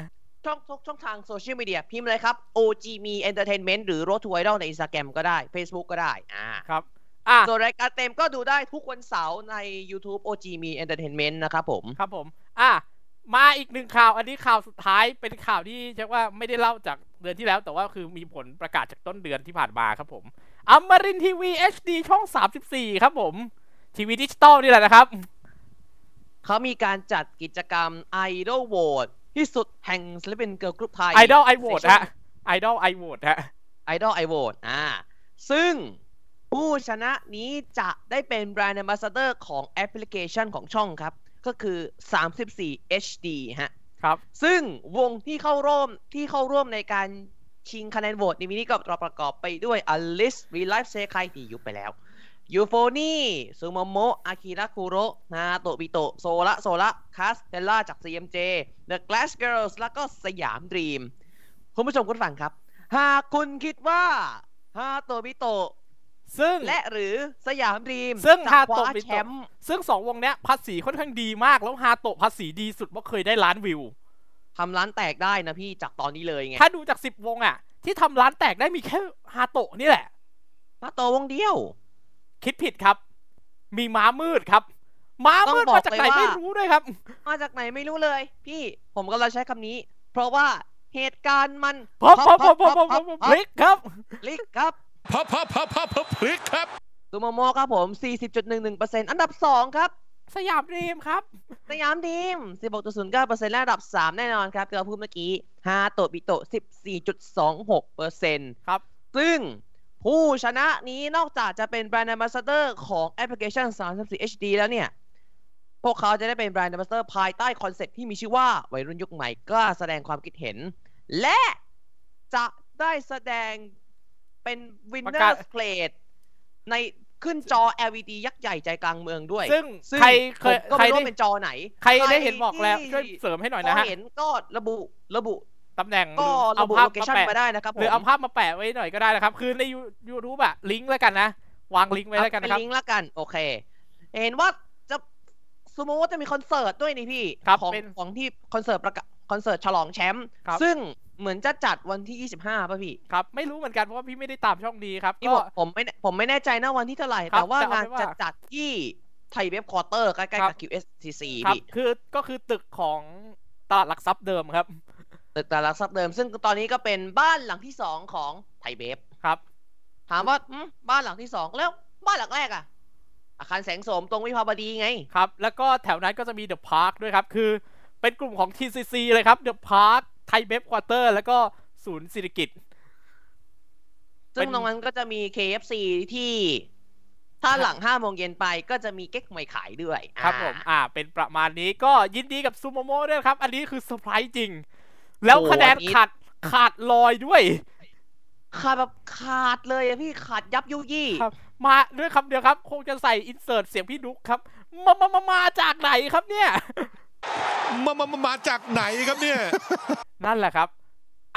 [SPEAKER 3] ช่องทุกช่องทางโซเชียลมีเดียพิมพ์เลยครับ OGME Entertainment หรือ Road to Idol ใน Instagram ก็ได้ Facebook ก็ได้อ่า
[SPEAKER 2] ครับ อ่า
[SPEAKER 3] ส่วนรายการเต็มก็ดูได้ทุกวันเสาร์ใน YouTube OGME Entertainment นะครับผม
[SPEAKER 2] ครับผม อ่า มาอีกหนึ่งข่าว อันนี้ข่าวสุดท้าย เป็นข่าวที่เรียกว่าไม่ได้เล่าจากเดือนที่แล้ว แต่ว่าคือมีผลประกาศจากต้นเดือนที่ผ่านมาครับผมอมรินทีวี HD ช่อง 34 ครับผม ทีวีดิจิตอลนี่แหละนะครับ
[SPEAKER 3] เขามีการจัดกิจกรรม Idol Vote ที่สุดแห่งศิลปินเกิร์ลกรุ๊ปไทย
[SPEAKER 2] Idol I Vote ฮะ Idol I Vote ฮะ
[SPEAKER 3] Idol I Vote อ่าซึ่งผู้ชนะนี้จะได้เป็น Brand Ambassador ของแอปพลิเคชันของช่องครับ ก็คือ 34 HD ฮะ
[SPEAKER 2] ครับ
[SPEAKER 3] ซึ่งวงที่เข้าร่วมที่เข้าร่วมในการชิงคะแนนโหวตในมินิก็ประกอบไปด้วย Alice r e l i f e Sekai ที่ยุบไปแล้ว ยูโฟนี่ซูโมโมะอากิระคุโรนาโตบิโตโซระโซระคัสเทล่าจาก CMJ The Glass Girls แล้วก็สยามดรีม คุณผู้ชมคุณฟังครับ หากคุณคิดว่าฮาโตบิโต
[SPEAKER 2] ซึ่ง
[SPEAKER 3] และหรือสยามดรีม
[SPEAKER 2] ซึ่ง
[SPEAKER 3] จะ
[SPEAKER 2] ฮา
[SPEAKER 3] ค
[SPEAKER 2] โต
[SPEAKER 3] ว้า
[SPEAKER 2] บิโตะ
[SPEAKER 3] แชมป์
[SPEAKER 2] ซึ่งสองวงเนี้ยภาษีค่อนข้างดีมาก แล้วฮาโตะภาษีดีสุดว่าเคยได้ล้านวิว
[SPEAKER 3] ทำร้านแตกได้นะพี่จากตอนนี้เลยไง
[SPEAKER 2] ถ้าดูจากสิบวงอ่ะ ที่ทำร้านแตกได้มีแค่ฮาโตะนี่แหละ
[SPEAKER 3] ฮาโตวงเดียว
[SPEAKER 2] คิดผิดครับ มีม้ามืดครับ ม้ามืด
[SPEAKER 3] ต้องบอก
[SPEAKER 2] มาจากไหน
[SPEAKER 3] เลยว่า
[SPEAKER 2] ไม่รู้ด้วยครับ
[SPEAKER 3] มาจากไหนไม่รู้เลย พี่ผมกำลังใช้คำนี้ เพราะว่าเหตุการณ์มัน
[SPEAKER 2] พบพบพบพบพบ
[SPEAKER 3] พั
[SPEAKER 2] พบ
[SPEAKER 3] พั
[SPEAKER 2] พลิกครับ
[SPEAKER 3] พลิกครับ
[SPEAKER 4] พับพับพับพับพับพลิกครับ
[SPEAKER 3] ซูโมโมครับผม 40.11%อันดับ 2 ครับ
[SPEAKER 2] สยามรีมครับ
[SPEAKER 3] สยามทีม 16.09%และอันดับ 3 แน่นอนครับที่เราพูดเมื่อกี้ฮาโตะบิโตะ14.26%
[SPEAKER 2] ครับ
[SPEAKER 3] ซึ่งผู้ชนะนี้นอกจากจะเป็นแบรนด์ Ambassador ของแอปพลิเคชัน 34 HD แล้วเนี่ย พวกเขาจะได้เป็นแบรนด์ Ambassador ภายใต้คอนเซ็ปต์ที่มีชื่อว่าวัยรุ่นยุคใหม่กล้าแสดงความคิดเห็น และจะได้แสดงเป็น
[SPEAKER 2] ประกาศ
[SPEAKER 3] Winners Plate ในขึ้นจอ LED ยักษ์ใหญ่ใจกลางเมืองด้วย
[SPEAKER 2] ซึ่ง
[SPEAKER 3] ซึ่ง
[SPEAKER 2] ใครเคย
[SPEAKER 3] ผมก็
[SPEAKER 2] ใคร
[SPEAKER 3] ไม่รู้
[SPEAKER 2] ได้
[SPEAKER 3] ว่าเป็นจอไหน
[SPEAKER 2] ใครได้เห็นบอกแล้ว
[SPEAKER 3] ที่
[SPEAKER 2] ช่วยเสริมให้หน่อย
[SPEAKER 3] พ
[SPEAKER 2] นะ
[SPEAKER 3] อ
[SPEAKER 2] ฮะ
[SPEAKER 3] เห็นก็ระบุระบุ
[SPEAKER 2] ตำแหน่ง
[SPEAKER 3] ก็
[SPEAKER 2] เอา
[SPEAKER 3] ระบุ
[SPEAKER 2] ภาพ
[SPEAKER 3] โลเคชั่น
[SPEAKER 2] มา
[SPEAKER 3] มา
[SPEAKER 2] แปะ
[SPEAKER 3] ได้นะครับผม
[SPEAKER 2] หรือเอาภาพมาแปะไว้หน่อยก็ได้นะครับ คือในยูทูบอะลิงก์แล้วกันนะ วางลิงก์ไว้แล้วกันนะค
[SPEAKER 3] เอา
[SPEAKER 2] รับ
[SPEAKER 3] เป็นลิงก์แล้วกัน โอเค เห็นว่าจะสมมติว่าจะมีคอนเสิร์ตด้วยนี่พี่
[SPEAKER 2] ครับ
[SPEAKER 3] ของ
[SPEAKER 2] เป็น
[SPEAKER 3] ของที่คอนเสิร์ตประกาศคอนเสิร์ตฉลองแชมป์
[SPEAKER 2] ครับ
[SPEAKER 3] ซึ่งเหมือนจะจัดวันที่ 25ป่ะพี่
[SPEAKER 2] ครับ ไม่รู้เหมือนกันเพราะว่าพี่ไม่ได้ตามช่องดีครับ
[SPEAKER 3] นี่
[SPEAKER 2] ก็
[SPEAKER 3] ผมผมไม่แน่ผมไม่แน่ใจนะวันที่เท่าไหร่
[SPEAKER 2] ครับ
[SPEAKER 3] แต่ว่า
[SPEAKER 2] แต่เอา
[SPEAKER 3] งาน
[SPEAKER 2] เป็นว่า
[SPEAKER 3] จะจัดที่ไทยเว็บคอร์เตอร์ใกล้ๆ
[SPEAKER 2] ครั
[SPEAKER 3] กับ
[SPEAKER 2] บ
[SPEAKER 3] QSCC
[SPEAKER 2] ครับ
[SPEAKER 3] พี่
[SPEAKER 2] คือก็คือตึกของตลาดหลักทรัพย์เดิมครับ
[SPEAKER 3] ตึกแต่ลักทรัพย์เดิม ซึ่งตอนนี้ก็เป็นบ้านหลังที่สองของไทยเว็บ
[SPEAKER 2] ครับ
[SPEAKER 3] ถามว่าอืมบ้านหลังที่สองแล้วบ้านหลังแรกอะอาคารแสงโสมตรงวิภาวดีไง
[SPEAKER 2] ครับ แล้วก็แถวนั้นก็จะมีเดอะพาร์คด้วยครับ คือเป็นกลุ่มของ TCC เลยครับ เดอะพาร์ค ไทยเบฟควอเตอร์ แล้วก็ศูนย์สิริกิต
[SPEAKER 3] ซึ่
[SPEAKER 2] เป็
[SPEAKER 3] ง
[SPEAKER 2] น
[SPEAKER 3] ตรงนั้นก็จะมี KFC ที่ ถ้าหลังห้าโมงเย็นไปก็จะมีเก๊กหวยขายด้วย
[SPEAKER 2] ครับ
[SPEAKER 3] อ่า
[SPEAKER 2] ผม อ่า เป็นประมาณนี้ก็ยินดีกับซูโมโมด้วยครับ อันนี้คือเซอร์ไพรส์จริง แล้ว
[SPEAKER 3] โอ้
[SPEAKER 2] คะแนน
[SPEAKER 3] อันนี้
[SPEAKER 2] ขาดขาดลอยด้วย
[SPEAKER 3] ขาดแบบขาดเลยอะพี่ขาดยับยุยี่
[SPEAKER 2] ครับ มาด้วยคำเดียวครับ คงจะใส่อินเสิร์ตเสียงพี่ดุ๊กครับ มามามามาจากไหนครับเนี่ย
[SPEAKER 4] มามามามาจากไหนครับเนี่ย
[SPEAKER 2] นั่นแหละครับ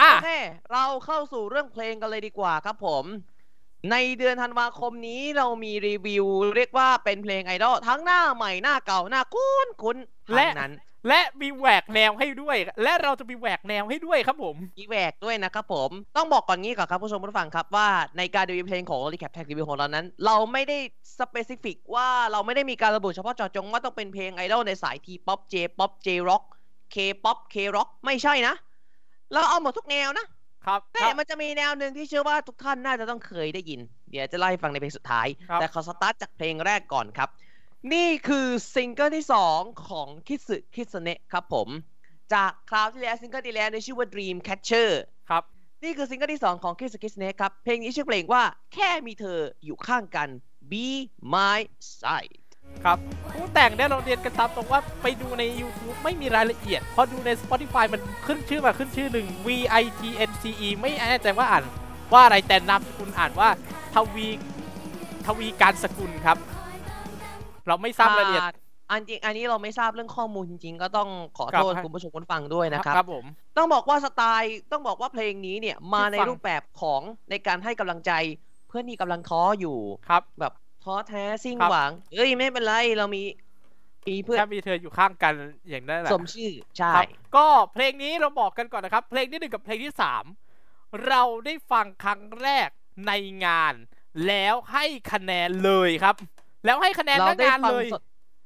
[SPEAKER 2] อ่ะ
[SPEAKER 3] โอเคเราเข้าสู่เรื่องเพลงกันเลยดีกว่าครับผม ในเดือนธันวาคมนี้เรามีรีวิวเรียกว่าเป็นเพลงไอดอลทั้งหน้าใหม่หน้าเก่าหน้าคุ้นคุ้นๆ
[SPEAKER 2] และ
[SPEAKER 3] ทั้งนั้น
[SPEAKER 2] และมีแหวกแนวให้ด้วย และเราจะมีแหวกแนวให้ด้วยครับผม
[SPEAKER 3] มีแหวกด้วยนะครับผม ต้องบอกก่อนงี้ก่อนครับผู้ชมผู้ฟังครับว่าในการรีวิวเพลงของ r e c a p แท็กรีวิวของเรานั้น เราไม่ได้สเปซิฟิกว่าเราไม่ได้มีการระบุเฉพาะเจาะจงว่าต้องเป็นเพลงไอดอลในสายทีป๊อปเจป๊อปเจร็อกเคป๊อปเคร็อกไม่ใช่นะ เราเอาหมดทุกแนวนะ
[SPEAKER 2] ครับ
[SPEAKER 3] แต่มันจะมีแนวหนึ่งที่เชื่อว่าทุกท่านน่าจะต้องเคยได้ยิน เดี๋ยวจะไล่าให้ฟังในเพลงสุดท้าย
[SPEAKER 2] ครับ
[SPEAKER 3] แต่ขอสตาร์ทจากเพลงแรกก่อนครับ นี่คือซิงเกิลที่ 2 ของคิสึคิสเนะครับผม จากคราวที่แล้วซิงเกิลที่แล้วในชื่อว่า Dream Catcher
[SPEAKER 2] ครับ
[SPEAKER 3] นี่คือซิงเกิลที่ 2 ของคิสึคิสเนะครับ เพลงนี้ชื่อเพลงว่าแค่มีเธออยู่ข้างกัน Be My Side
[SPEAKER 2] ครับผู้แต่งได้เราเรียนกันตามตรงว่าไปดูใน YouTube ไม่มีรายละเอียด พอดูใน Spotify มันขึ้นชื่อมาขึ้นชื่อหนึ่ง V I T N C E ไม่แน่ใจว่าอ่านว่าอะไรแต่นามสกุลอ่านว่าทวีทวีการสกุลครับ เราไม่ทราบรายละเอียด
[SPEAKER 3] อ่าอันจริงอันนี้เราไม่ทราบเรื่องข้อมูลจริงๆ ก็ต้องขอโทษ
[SPEAKER 2] ครับ
[SPEAKER 3] คุณผู้ชมคุณฟังด้วยนะครับ
[SPEAKER 2] ครับผม
[SPEAKER 3] ต้องบอกว่าสไตล์ต้องบอกว่าเพลงนี้เนี่ยมาใน
[SPEAKER 2] ฟัง
[SPEAKER 3] รูปแบบของในการให้กำลังใจ เพื่อนที่กำลังท้ออยู่
[SPEAKER 2] ครับ
[SPEAKER 3] แบบท้อแท้สิ้น
[SPEAKER 2] ครับ
[SPEAKER 3] หวังเอ้ยไม่เป็นไรเรามีมีเพื่อน
[SPEAKER 2] แค่มีเธออยู่ข้างกันอย่างนั้นแหละ
[SPEAKER 3] สมชื่อ ใช่
[SPEAKER 2] ครับก็เพลงนี้เราบอกกันก่อนนะครับ เพลงที่หนึ่งกับเพลงที่สามเราได้ฟังครั้งแรกในงาน แล้วให้คะแนนเลยครับ แล้วให้คะแนน
[SPEAKER 3] เรา
[SPEAKER 2] ทั้ง
[SPEAKER 3] ได้
[SPEAKER 2] งาน
[SPEAKER 3] ฟั
[SPEAKER 2] เล
[SPEAKER 3] ง
[SPEAKER 2] ย
[SPEAKER 3] สด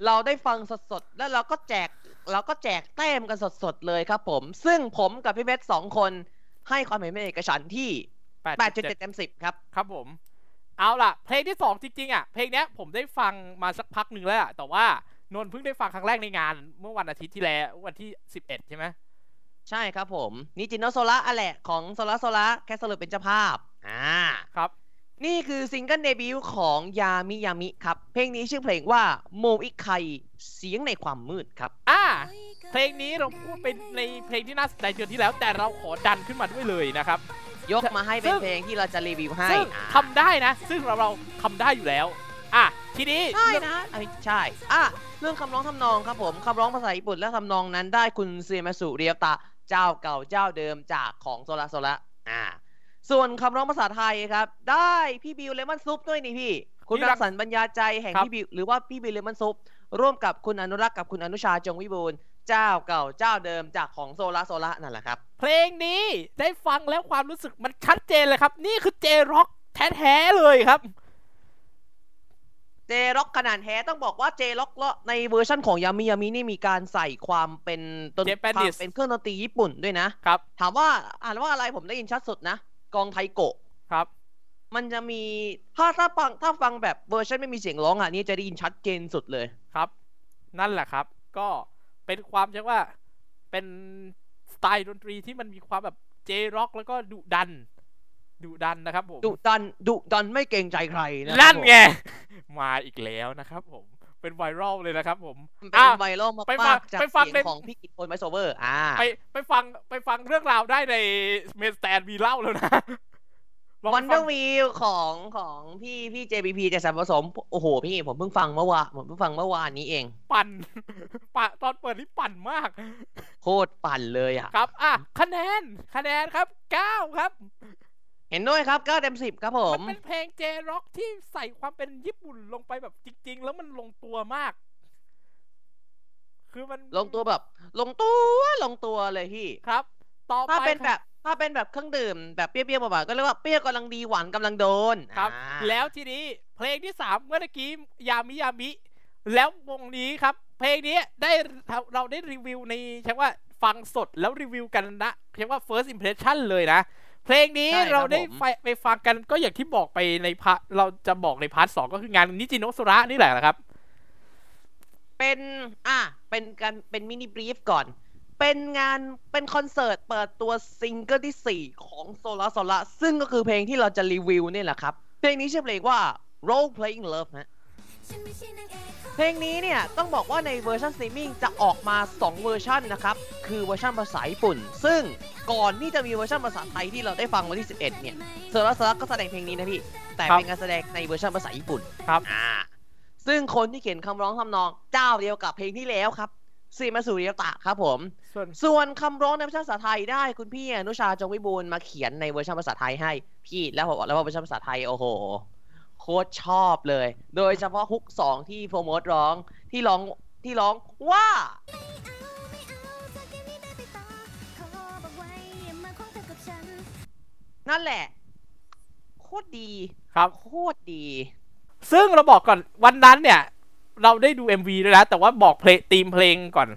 [SPEAKER 3] เราได้ฟังสดๆ แล้วเราก็แจกเราก็แจกแต้มกันสดๆ เลยครับผม ซึ่งผมกับพี่เบสสองคนให้ความเห็นเป็นเอกฉันท์ที่ 8.7
[SPEAKER 2] 8.7
[SPEAKER 3] เต็ม 10 ครับ
[SPEAKER 2] ครับผม เอาล่ะ เพลงที่สองจริงๆอ่ะ เพลงเนี้ยผมได้ฟังมาสักพักหนึ่งแล้วอะแต่ว่านนท์เพิ่งได้ฟังครั้งแรกในงาน เมื่อวันอาทิตย์ที่แล้ววันที่ 11 ใช่ไหม
[SPEAKER 3] ใช่ครับผมนี่จินโนโซล่าอะแหละของโซล่าโซล่าแคสเซอร์เป็นเจ้าภาพอ่า
[SPEAKER 2] ครับ
[SPEAKER 3] นี่คือซิงเกิลเดบิวต์ของยามิยามิครับ เพลงนี้ชื่อเพลงว่าโมอิไคเสียงในความมืดครับ
[SPEAKER 2] อ่า เพลงนี้เราพูดเป็นในเพลงที่น่าสนใจเดือนที่แล้ว แต่เราขอดันขึ้นมาด้วยเลยนะครับ
[SPEAKER 3] ยกมาให้เป็
[SPEAKER 2] ซึ่
[SPEAKER 3] น
[SPEAKER 2] ง
[SPEAKER 3] เพลงที่เราจะรีวิวให้
[SPEAKER 2] ซึ่ง
[SPEAKER 3] อ่า
[SPEAKER 2] ทำได้นะ ซึ่งเราเราทำได้อยู่แล้ว อ่ะ ทีนี้
[SPEAKER 3] ใช่นะอันนี้ใช่อ่ะเรื่องคำร้องทำนองครับผมคำร้องภาษาญี่ปุ่นและทำนองนั้นได้คุณเซมาสุเรียบตะ เจ้าเก่าเจ้าเดิมจากของโซละโซละอ่า ส่วนคำร้องภาษาไทยครับ ได้พี่บิวเลมอนซุปด้วยนี่พี่ คุณรักสันต์บรรยาใจแห่งพี่บิวหรือว่าพี่บิวเลมอนซุป ร่วมกับคุณอนุรักษ์กับคุณอนุชาจงวิบูลย์เจ้าเก่าเจ้าเดิมจากของโซละโซละนั่นแหละครับ
[SPEAKER 2] เพลงนี้ได้ฟังแล้วความรู้สึกมันชัดเจนเลยครับ นี่คือเจร็อกแท้ๆเลยครับ
[SPEAKER 3] เจร็อกขนาดแท้ต้องบอกว่าเจร็อกละในเวอร์ชั่นของยามิยามินี่มีการใส่ความเป็นดน
[SPEAKER 2] Japanese
[SPEAKER 3] ความเป็นเครื่องดนตรีญี่ปุ่นด้วยนะ
[SPEAKER 2] ครับ
[SPEAKER 3] ถามว่าอ่านว่าอะไรผมได้ยินชัดสุดนะ กองไทโกะ
[SPEAKER 2] ครับ
[SPEAKER 3] มันจะมีถ้าถ้าฟังถ้าฟังแบบเวอร์ชันไม่มีเสียงร้องอ่ะนี่จะได้ยินชัดเจนสุดเลย
[SPEAKER 2] ครับ นั่นแหละครับ ก็เป็นความเรียกว่าเป็นสไตล์ดนตรีที่มันมีความแบบเจร็อกแล้วก็ดุดันดุดันนะครับผม
[SPEAKER 3] ดุดันดุดันไม่เกรงใจใครนะครับ
[SPEAKER 2] นั่นไง
[SPEAKER 3] ผ ม
[SPEAKER 2] มาอีกแล้วนะครับผม เป็นไวรัลเลยนะครับผม
[SPEAKER 3] มันเป็
[SPEAKER 2] อ่ะ
[SPEAKER 3] นไวรัลมา
[SPEAKER 2] ไปฟัง
[SPEAKER 3] กๆจาก
[SPEAKER 2] ไปฟัง
[SPEAKER 3] เสีย
[SPEAKER 2] ใน
[SPEAKER 3] งของพี่กิตพลไมโซเวอร์อ่า
[SPEAKER 2] ไปไปฟังไปฟังเรื่องราวได้ในเมนสแตนมีเล่าแล้วนะ ลองไป
[SPEAKER 3] วันเด
[SPEAKER 2] ฟั
[SPEAKER 3] อง ร์วิวของของพี่พี่ JBP จะสัมผสม โอ้โห พี่ผมเพิ่งฟังเมื่อวานผมเพิ่งฟังเมื่อวานนี้เอง
[SPEAKER 2] ปั่น ปะตอนเปิดนี่ปั่นมาก
[SPEAKER 3] โคตรปั่นเลยอ่ะ
[SPEAKER 2] ครับ อ่ะ คะแนน คะแนนครับ9ครับ
[SPEAKER 3] เห็นด้วยครับ 9 เต็ม 10 ครับผ
[SPEAKER 2] มั
[SPEAKER 3] ม
[SPEAKER 2] นเป็นเพลงเจร็อกที่ใส่ความเป็นญี่ปุ่นลงไปแบบจริง ๆ แล้วมันลงตัวมาก คือมัน
[SPEAKER 3] ลงตัวแบบ ลงตัวลงตัวเลยพี่
[SPEAKER 2] ครับ ต่อไป
[SPEAKER 3] ถ้าเป็น
[SPEAKER 2] ค
[SPEAKER 3] แบ
[SPEAKER 2] รั
[SPEAKER 3] บถ้าเป็นแบบเครื่องดื่มแบบเปรี้ยวๆหวานๆก็เรียกว่าเปรี้ยวกำลังดีหวานกำลังโดน
[SPEAKER 2] ครับ
[SPEAKER 3] อ่า
[SPEAKER 2] แล้วทีนี้เพลงที่สามเมื่อตะกี้ยามิยามิ แล้ววงนี้ครับ เพลงนี้ได้เราเราได้รีวิวในใช่ว่าฟังสดแล้วรีวิวกันนะเรียกว่า first impression เลยนะ เพลงนี้เราได้ไปไปฟังกันก็อย่างที่บอกไปในพาร์ทเราจะบอกในพาร์ทสองก็คืองานนิจิโนสุระนี่แหละนะครับ
[SPEAKER 3] เป็นอ่ะเป็นการเป็นมินิบรีฟก่อน เป็นงานเป็นคอนเสิร์ตเปิดตัวซิงเกิลที่ 4 ของโซลาโซลาซึ่งก็คือเพลงที่เราจะรีวิวนี่แหละครับ เพลงนี้ชื่อเพลงว่า role playing love นะ เพลงนี้เนี่ย ต้องบอกว่าในเวอร์ชันสตรีมมิ่งจะออกมา 2 เวอร์ชันนะครับ คือเวอร์ชันภาษาญี่ปุ่น ซึ่งก่อนที่จะมีเวอร์ชันภาษาไทยที่เราได้ฟังวันที่ 11 เนี่ยเซอร์รัสเซอร์รัสก็แสดงเพลงนี้นะพี่ แต่
[SPEAKER 2] ครับ
[SPEAKER 3] เป็นการแสดงในเวอร์ชันภาษาญี่ปุ่น
[SPEAKER 2] ครับ
[SPEAKER 3] อ่า ซึ่งคนที่เขียนคำร้องทำนองเจ้าเดียวกับเพลงที่แล้วครับซีมาสุริยตะครับผม
[SPEAKER 2] ส่วน
[SPEAKER 3] ส่วนคำร้องในภาษาภาษาไทยได้คุณพี่อนุชาจงวิบูลย์มาเขียนในเวอร์ชันภาษาไทยให้ พี่แล้วผมแล้วว่าเวอร์ชันภาษาไทยโอ้โห โคตรชอบเลย โดยเฉพาะฮุกสองที่โปรโมทร้องที่ร้องที่ร้องว่า นั่นแหละ โคตรดี
[SPEAKER 2] ครับ
[SPEAKER 3] โคตรดี
[SPEAKER 2] ซึ่งเราบอกก่อนวันนั้นเนี่ย เราได้ดู MV ด้วยนะ แต่ว่าบอกเพลงธีมเพลงก่อน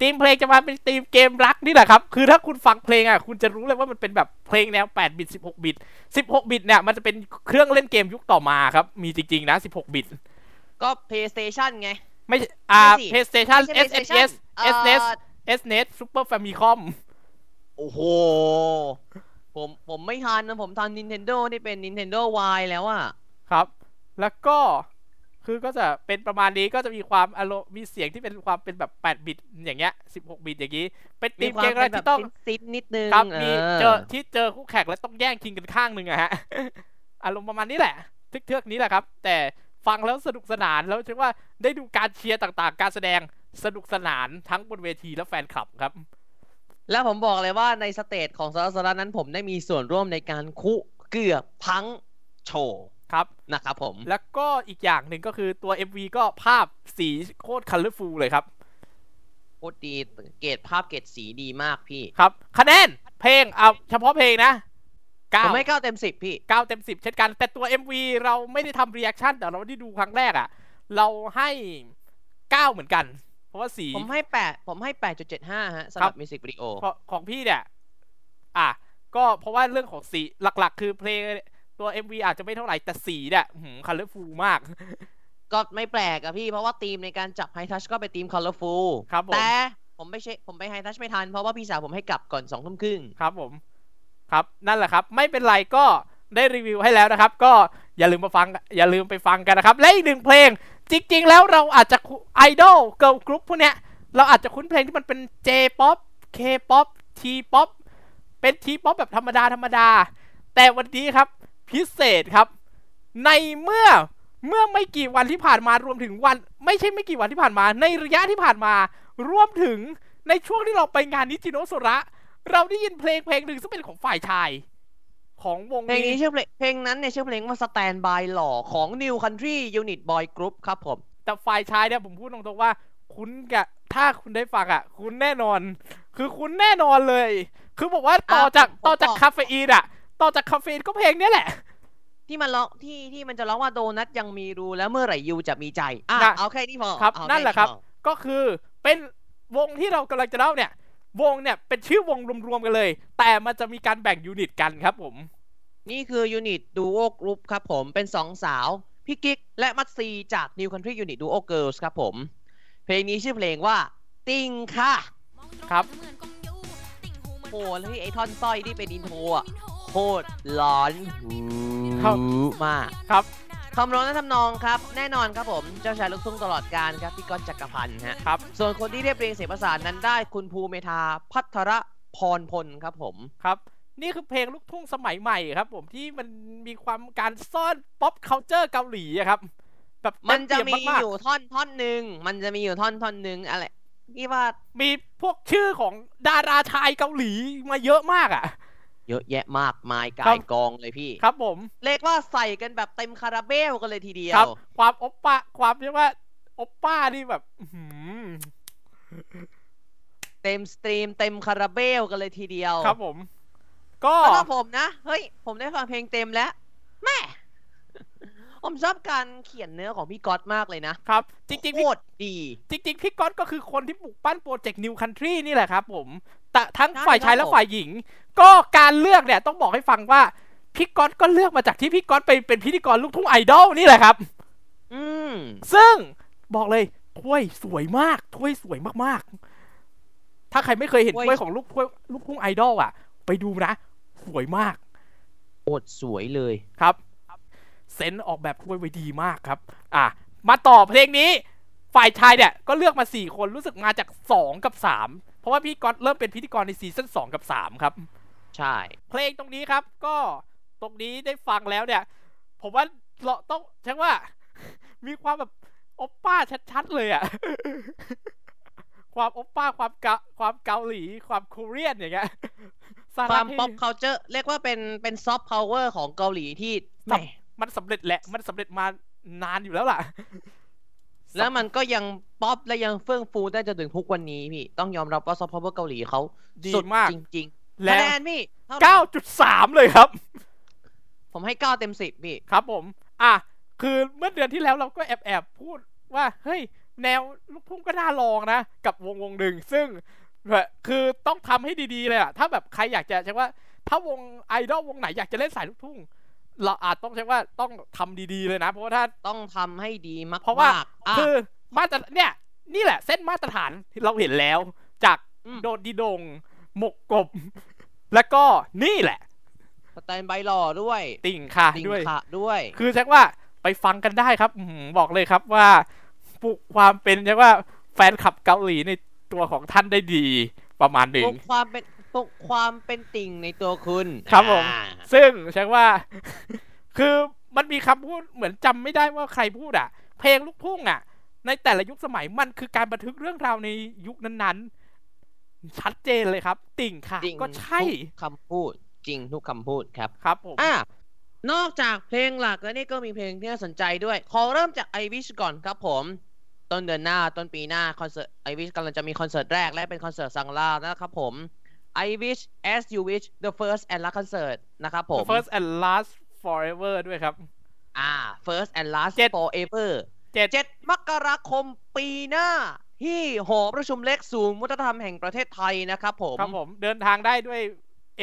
[SPEAKER 2] ธีมเพลงจะมาเป็นธีมเกมรักนี่แหละครับ คือถ้าคุณฟังเพลงอ่ะคุณจะรู้เลยว่ามันเป็นแบบเพลงแนว 8 บิต 16 บิต 16 บิตเนี่ย มันจะเป็นเครื่องเล่นเกมยุคต่อมาครับ มีจริง ๆ นะ 16 บิต
[SPEAKER 3] ก็ PlayStation ไง
[SPEAKER 2] ไม่ใช่อ่า
[SPEAKER 3] ไม่สิ
[SPEAKER 2] PlayStation
[SPEAKER 3] ไม่ใช่ PlayStation
[SPEAKER 2] SNES
[SPEAKER 3] เอ่อ
[SPEAKER 2] SNES SNES Super Famicom
[SPEAKER 3] โอ้โห ผมผมไม่ทันนะ ผมทัน Nintendo นี่เป็น Nintendo Y แล้วอะ
[SPEAKER 2] ครับ แล้วก็คือก็จะเป็นประมาณนี้ก็จะมีความอารมณ์มีเสียงที่เป็นความเป็นแบบ8บิตอย่างเงี้ย16 บิตอย่างนี้ เป็นธีมเกมอะไรที่ต้อง
[SPEAKER 3] ซินนิดนึง
[SPEAKER 2] ครับมีเจ
[SPEAKER 3] เอ
[SPEAKER 2] อ
[SPEAKER 3] อ
[SPEAKER 2] ที่เจอคู่แข่งแล้วต้องแย่งชิงกันข้างหนึ่งอะฮ ะ อารมณ์ประมาณนี้แหละทึกเทือกนี้แหละครับ แต่ฟังแล้วสนุกสนานแล้วถือว่าได้ดูการเชียร์ต่างๆ การแสดงสนุกสนานทั้งบนเวทีและแฟนคลับครับ
[SPEAKER 3] แล้วผมบอกเลยว่าในสเตจของสารสารนั้นผมได้มีส่วนร่วมในการคุเกือบพังโชว์
[SPEAKER 2] ครับ
[SPEAKER 3] นะครับผม
[SPEAKER 2] แล้วก็อีกอย่างหนึ่งก็คือตัว MV ก็ภาพสีโคตรคัลเลอร์ฟูลเลยครับ
[SPEAKER 3] โคตรดีเกรดภาพเกรดสีดีมากพี่
[SPEAKER 2] ครับ คะแนนเพลงเอาเฉพาะเพลงนะ
[SPEAKER 3] ผ
[SPEAKER 2] เก้า
[SPEAKER 3] มให้เก้าเต็มสิบพี่
[SPEAKER 2] เก้าเต็มสิบเช่นกัน แต่ตัว MV เราไม่ได้ทำรีแอคชั่นแต่เราได้ดูครั้งแรกอะ่ะ เราให้เก้าเหมือนกัน เพราะว่าสี
[SPEAKER 3] ผมให้แปดผมให้แปดจุดเจ็ดห้าฮะสำห
[SPEAKER 2] ครั
[SPEAKER 3] รับบ มิวสิกวิดีโอ
[SPEAKER 2] ของของพี่เนี่ย อ่ะ ก็เพราะว่าเรื่องของสีหลักๆ คือเพลงตัว MV อาจจะไม่เท่าไหร่ แต่สีเนี่ยคัลเลอร์ฟูมาก
[SPEAKER 3] ก็ไม่แปลกอะพี่เพราะว่าทีมในการจับไฮทัชก็เป็นทีม colorful
[SPEAKER 2] ครับผม
[SPEAKER 3] แต่ผมไม่เช็คผมไปไฮทัชไม่ทัน เพราะว่าพี่สาวผมให้กลับก่อนสองทุ่มครึ่ง
[SPEAKER 2] ครับผม ครับนั่นแหละครับ ไม่เป็นไรก็ได้รีวิวให้แล้วนะครับ ก็อย่าลืมมาฟังอย่าลืมไปฟังกันนะครับ และอีกหนึ่งเพลง จริง ๆ แล้วเราอาจจะไอดอลเกิร์ลกรุ๊ปพวกเนี้ย เราอาจจะคุ้นเพลงที่มันเป็น J-POP K-POP T-POP เป็น T-POP แบบธรรมดาธรรมดา แต่วันนี้ครับพิเศษครับ ในเมื่อเมื่อไม่กี่วันที่ผ่านมารวมถึงวัน ไม่ใช่ไม่กี่วันที่ผ่านมา ในระยะที่ผ่านมารวมถึงในช่วงที่เราไปงานนิจิโนโซระ เราได้ยินเพลงเพลงหนึ่งซึ่งเป็นของฝ่ายชาย ของวง
[SPEAKER 3] เพลงนี้ชื่อเพลงเพลงนั้นเนี่ยชื่อเพลงว่า Stand by หล่อของ New Country Unit Boy Group ครับผม
[SPEAKER 2] แต่ฝ่ายชายเนี่ยผมพูดตรงๆว่า คุณกะถ้าคุณได้ฟังอ่ะ คุณแน่นอน คือคุณแน่นอนเลย คือบอกว่าต่อจาก
[SPEAKER 3] อ่ะผม
[SPEAKER 2] ต่อจาก
[SPEAKER 3] ผมบอก
[SPEAKER 2] คาเฟอีนอ่ะ ต่อจากคาเฟอีนก็เพลงเนี้ยแหละ
[SPEAKER 3] ที่มันร้องที่ที่มันจะร้องว่าโดนัทยังมีรูแล้วเมื่อไหร่ยูจะมีใจ อ่ะ
[SPEAKER 2] น่ะ
[SPEAKER 3] เอาแค่นี้พอ
[SPEAKER 2] ครับ
[SPEAKER 3] เอา
[SPEAKER 2] นั่
[SPEAKER 3] แค่
[SPEAKER 2] นแหละครับ
[SPEAKER 3] พอ
[SPEAKER 2] ก็คือเป็นวงที่เรากำลังจะเล่าเนี่ย วงเนี่ยเป็นชื่อวงรวมๆกันเลย แต่มันจะมีการแบ่งยูนิตกันครับผม
[SPEAKER 3] นี่คือยูนิตดูโอกรุ๊ปครับผมเป็นสองสาว พี่กิ๊กและมัตซีจาก New Country Unit Duo Girls ครับผม เพลงนี้ชื่อเพลงว่าติงค่ะ
[SPEAKER 2] ครับ
[SPEAKER 5] โหแล้วที่ไอท่อนสร้อยที่เป็นอินโทรอ่ะ
[SPEAKER 3] โค
[SPEAKER 5] โค
[SPEAKER 3] ต
[SPEAKER 5] ตร
[SPEAKER 3] รร้
[SPEAKER 5] ร้
[SPEAKER 3] อ
[SPEAKER 5] อน น
[SPEAKER 3] หู
[SPEAKER 2] ครับ
[SPEAKER 3] มาก
[SPEAKER 2] ครับ
[SPEAKER 3] คำร้องและทำนองครับ แน่นอนครับผม เจ้าชายลูกทุ่งตลอดการครับพี่ก๊อตจักรพันธ์ฮะ
[SPEAKER 2] ครับ
[SPEAKER 3] ส่วนคนที่เรียบเรียงเสียงประสานนั้นได้คุณภูเมธาพัทรพรพลครับผม
[SPEAKER 2] ครับ นี่คือเพลงลูกทุ่งสมัยใหม่ครับผมที่มันมีความการซ่อนป๊อปเคาน์เตอร์เกาหลีอะครับ แบบเต็
[SPEAKER 3] มันจะ
[SPEAKER 2] เปี่
[SPEAKER 3] มี
[SPEAKER 2] ยา
[SPEAKER 3] อ
[SPEAKER 2] กๆ
[SPEAKER 3] ยู่ท่อนท่อนหนึ่งมันจะมีอยู่ท่อนท่อนหนึ่งอะไรพี่ว่า
[SPEAKER 2] มีพวกชื่อของดาราชายเกาหลีมาเยอะมากอ่ะ
[SPEAKER 3] เยอะแยะมากมาย
[SPEAKER 2] ครั
[SPEAKER 3] กาย
[SPEAKER 2] บ
[SPEAKER 3] กองเลยพี่
[SPEAKER 2] ครับผม
[SPEAKER 3] เรียกว่าใส่กันแบบเต็มคาราเบลกันเลยทีเดีย
[SPEAKER 2] ค
[SPEAKER 3] ว
[SPEAKER 2] รัความโอปป้าความเรียกว่าโอปป้านี่แบบ อื้อหือ
[SPEAKER 3] เต็มสตรีมเต็มคาราเบลกันเลยทีเดียว
[SPEAKER 2] ครับผม ก็
[SPEAKER 3] แล้วก็ผมนะ เฮ้ย ผมได้ฟังเพลงเต็มแล้วแม่ ผมชอบการเขียนเนื้อของพี่ก๊อตมากเลยนะ
[SPEAKER 2] ครับ จริงๆ
[SPEAKER 3] โค
[SPEAKER 2] พี่
[SPEAKER 3] ตรดี
[SPEAKER 2] จริง ๆ พี่ก๊อตก็คือคนที่ปลุกปั้นโปรเจกต์นิวคันทรีนี่แหละครับผมแต่ทั้ง
[SPEAKER 3] ใช่
[SPEAKER 2] ฝ่ายชาย
[SPEAKER 3] ครั
[SPEAKER 2] และ
[SPEAKER 3] บผม
[SPEAKER 2] ฝ่ายหญิง ก็การเลือกเนี่ยต้องบอกให้ฟังว่าพี่ก๊อตก็เลือกมาจากที่พี่ก๊อตไปเป็นพิธีกรลูกทุ่งไอดอลนี่แหละครับ
[SPEAKER 3] อืม
[SPEAKER 2] ซึ่งบอกเลยถ้วยสวยมากถ้วยสวยมากๆ ถ้าใครไม่เคยเห็น
[SPEAKER 3] ถ้วย
[SPEAKER 2] ถ้วยของลูกถ้วยลูกทุ่งไอดอลอ่ะ ไปดูนะ สวยมาก
[SPEAKER 3] โอดสวยเลย
[SPEAKER 2] ครับเซนส์ออกแบบถ้วยไว้ดีมากครับ อ่ะ มาต่อเพลงนี้ ฝ่ายชายเนี่ย ก็เลือกมา 4 คนรู้สึกมาจาก 2 กับ 3 เพราะว่าพี่ก๊อตเริ่มเป็นพิธีกรในซีซั่น2กับ 3 ครับ
[SPEAKER 3] ใช่
[SPEAKER 2] เพลงตรงนี้ครับ ก็ตรงนี้ได้ฟังแล้วเนี่ย ผมว่าเราต้องใช่ว่า มีความแบบ โอปป้าชัดๆเลยอะ ความโอปป้าความเกาความเกาหลีความคูเรียนอย่างเงี้ ยสร้ง
[SPEAKER 3] ความ
[SPEAKER 2] ให้
[SPEAKER 3] pop culture เรียกว่าเป็นเป็นซอฟต์พาวเวอร์ของเกาหลีที่แหม
[SPEAKER 2] มันสำเร็จแหละ มันสำเร็จมานานอยู่แล้วล่ะ
[SPEAKER 3] แล้วมันก็ยังป๊อปและยังเฟื่องฟูได้จนถึงทุกวันนี้พี่ ต้องยอมรับว่าซอฟต์พาวเวอร์เกาหลีเขา
[SPEAKER 2] ดี
[SPEAKER 3] สุด
[SPEAKER 2] มาก
[SPEAKER 3] จริงๆ
[SPEAKER 2] และ
[SPEAKER 3] คะแนนพี่เท่าไหร่
[SPEAKER 2] 9.3 เลยครับ
[SPEAKER 3] ผมให้เก้าเต็มสิบพี่
[SPEAKER 2] ครับผม อ่ะ คือเมื่อเดือนที่แล้วเราก็แอบแอบๆพูดว่า เฮ้ย แนวลูกทุ่งก็น่าลองนะ กับวงวงหนึ่ง ซึ่งแบบคือต้องทำให้ดีๆเลยอะถ้าแบบใครอยากจะใช่ว่า ถ้าวงไอดอลวงไหนอยากจะเล่นสายลูกทุ่ง เราอาจต้องใช่ว่าต้องทำดีๆเลยนะ เพราะว่าถ้า
[SPEAKER 3] ต้องทำให้ดีมากๆ
[SPEAKER 2] เพราะว่า
[SPEAKER 3] อ่ะ
[SPEAKER 2] คือมาตรเนี่ยนี่แหละเส้นมาตรฐานที่เราเห็นแล้ว จาก
[SPEAKER 3] อืม
[SPEAKER 2] โดดดีดง หมกกบ แล้วก็นี่แหละ
[SPEAKER 3] สแตนบายหล่อด้วย
[SPEAKER 2] ติ่งค่ะ
[SPEAKER 3] ติง
[SPEAKER 2] ด้วย
[SPEAKER 3] ขะด้วย
[SPEAKER 2] คือแจ็คว่าไปฟังกันได้ครับอื้อหือบอกเลยครับว่าปลุกความเป็นแจ็คว่าแฟนคลับเกาหลีในตัวของท่านได้ดีประมาณหนึ่
[SPEAKER 3] ป
[SPEAKER 2] ง
[SPEAKER 3] ลุกความเป็นปลุกความเป็นติ่งในตัวคุณ
[SPEAKER 2] ครับผม
[SPEAKER 3] อ่า
[SPEAKER 2] ซึ่งแจ็คว่า คือมันมีคำพูดเหมือนจำไม่ได้ว่าใครพูดอ่ะ เพลงลูกทุ่งอ่ะ ในแต่ละยุคสมัยมันคือการบันทึกเรื่องราวในยุคนั้นๆ ชัดเจนเลยครับ ติ่งค่ะ
[SPEAKER 3] จริง
[SPEAKER 2] ก็ใช่
[SPEAKER 3] ทุกคำพูดจริงทุกคำพูดครับ
[SPEAKER 2] ครับผม
[SPEAKER 3] อ่ะนอกจากเพลงหลักแล้วนี่ก็มีเพลงที่น่าสนใจด้วย ขอเริ่มจากไอวิชก่อนครับผม ต้นเดือนหน้าต้นปีหน้าคอนเสิร์ตไอวิชกำลังจะมีคอนเสิร์ตแรกและเป็นคอนเสิร์ตสังลานะครับผม I wish as you wish the first and last concert นะครับผม
[SPEAKER 2] ผม first and last forever ด้วยครับ
[SPEAKER 3] อ่า first and last
[SPEAKER 2] เจ็ด
[SPEAKER 3] forever
[SPEAKER 2] เจ็ด
[SPEAKER 3] 7 มกราคมปีหน้า ที่หอประชุมเล็กศูนย์วัฒนธรรมแห่งประเทศไทยนะครับผม
[SPEAKER 2] ครับผมเดินทางได้ด้วย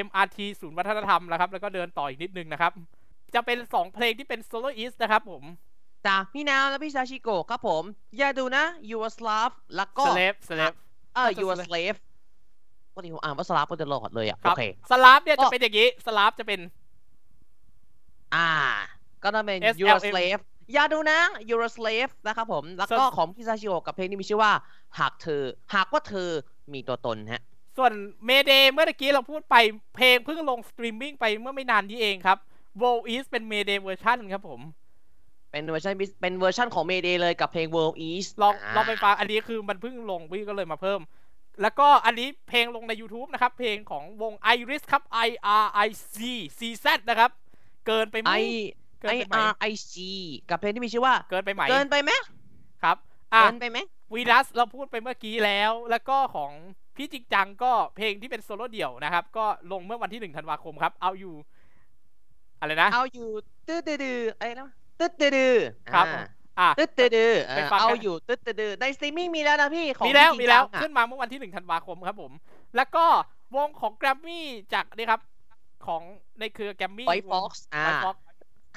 [SPEAKER 2] MRT ศูนย์วัฒนธรรมนะครับ แล้วก็เดินต่ออีกนิดนึงนะครับ จะเป็น 2 เพลงที่เป็น solo east นะครับผม
[SPEAKER 3] จากพี่น้ำและพี่ซาชิโกะครับผม อย่าดูนะ you are slave แล้วก็
[SPEAKER 2] slave slave
[SPEAKER 3] เออ
[SPEAKER 2] น่าจะ
[SPEAKER 3] you are slave วันนี้ผมอ่านว่าสลาฟก็จะหลอดเลยอ่ะ
[SPEAKER 2] ค
[SPEAKER 3] โอ
[SPEAKER 2] รับ
[SPEAKER 3] เค
[SPEAKER 2] slave เนี่ย
[SPEAKER 3] ก็
[SPEAKER 2] จะเป็นอย่างนี้ slave จะเป็น
[SPEAKER 3] อ่า ก็ต้องเป็น
[SPEAKER 2] S
[SPEAKER 3] you
[SPEAKER 2] L
[SPEAKER 3] are
[SPEAKER 2] M
[SPEAKER 3] slave อย่าดูนะ you are slave นะครับผม แล้วก็ของพี่ซาชิโกะกับเพลงที่มีชื่อว่า หากเธอ หากว่าเธอมีตัวตนฮะ
[SPEAKER 2] ส่วนเมเดเมื่อตะกี้เราพูดไปเพลงเพิ่งลงสตรีมมิ่งไปเมื่อไม่นานนี้เองครับ w o l East เป็นเมเดเวอร์ชันครับผม
[SPEAKER 3] เป็นเวอร์ชันพิเป็นเวอร์ชันของ Mayday เลยกับเพลง World East
[SPEAKER 2] ลอง
[SPEAKER 3] า
[SPEAKER 2] ลองไปฟังอันนี้คือมันเพิ่งลงพี่ก็เลยมาเพิ่ม แล้วก็อันนี้เพลงลงใน YouTube นะครับ เพลงของวง Iris ครับ I R I C C Z นะครับ เกินไปไหม
[SPEAKER 3] ไอ
[SPEAKER 2] เกิน
[SPEAKER 3] ไอ
[SPEAKER 2] ไปไหม
[SPEAKER 3] R I C กับเพลงที่มีชื่อว่า
[SPEAKER 2] เกินไปไหม
[SPEAKER 3] เกินไปไหม
[SPEAKER 2] ครับอ่ะ
[SPEAKER 3] เกินไปไหม
[SPEAKER 2] วีรัสเราพูดไปเมื่อกี้แล้ว แล้วก็ของพี่จริงจังก็เพลงที่เป็นโซโล่เดี่ยวนะครับ ก็ลงเมื่อวันที่หนึ่งธันวาคมครับ เอาอยู่ อะไรนะ
[SPEAKER 3] เอาอยู่ตึ๊ดตึ๊ดตึ๊ดไอ้นะตึ๊ดตึ๊ดตึ๊ด
[SPEAKER 2] ครับ
[SPEAKER 3] อ่า
[SPEAKER 2] อ่ะ
[SPEAKER 3] ตึ๊ดตึ๊ดตึ๊ด
[SPEAKER 2] ไป
[SPEAKER 3] อ่า
[SPEAKER 2] ฟังกัน
[SPEAKER 3] เอาอยู่ตึ๊ดตึ๊ดตึ๊ดในสตรีมมิ่งมีแล้วนะพี่ ของ
[SPEAKER 2] มีแล้วมี
[SPEAKER 3] พี่จริง
[SPEAKER 2] แล้ว
[SPEAKER 3] จังอะ
[SPEAKER 2] ขึ้นมาเมื่อวันที่หนึ่งธันวาคมครับผม แล้วก็วงของแกรมมี่จากนี่ครับ ของในเครือแกรมมี่
[SPEAKER 3] ไวฟ็อกซ์อ่า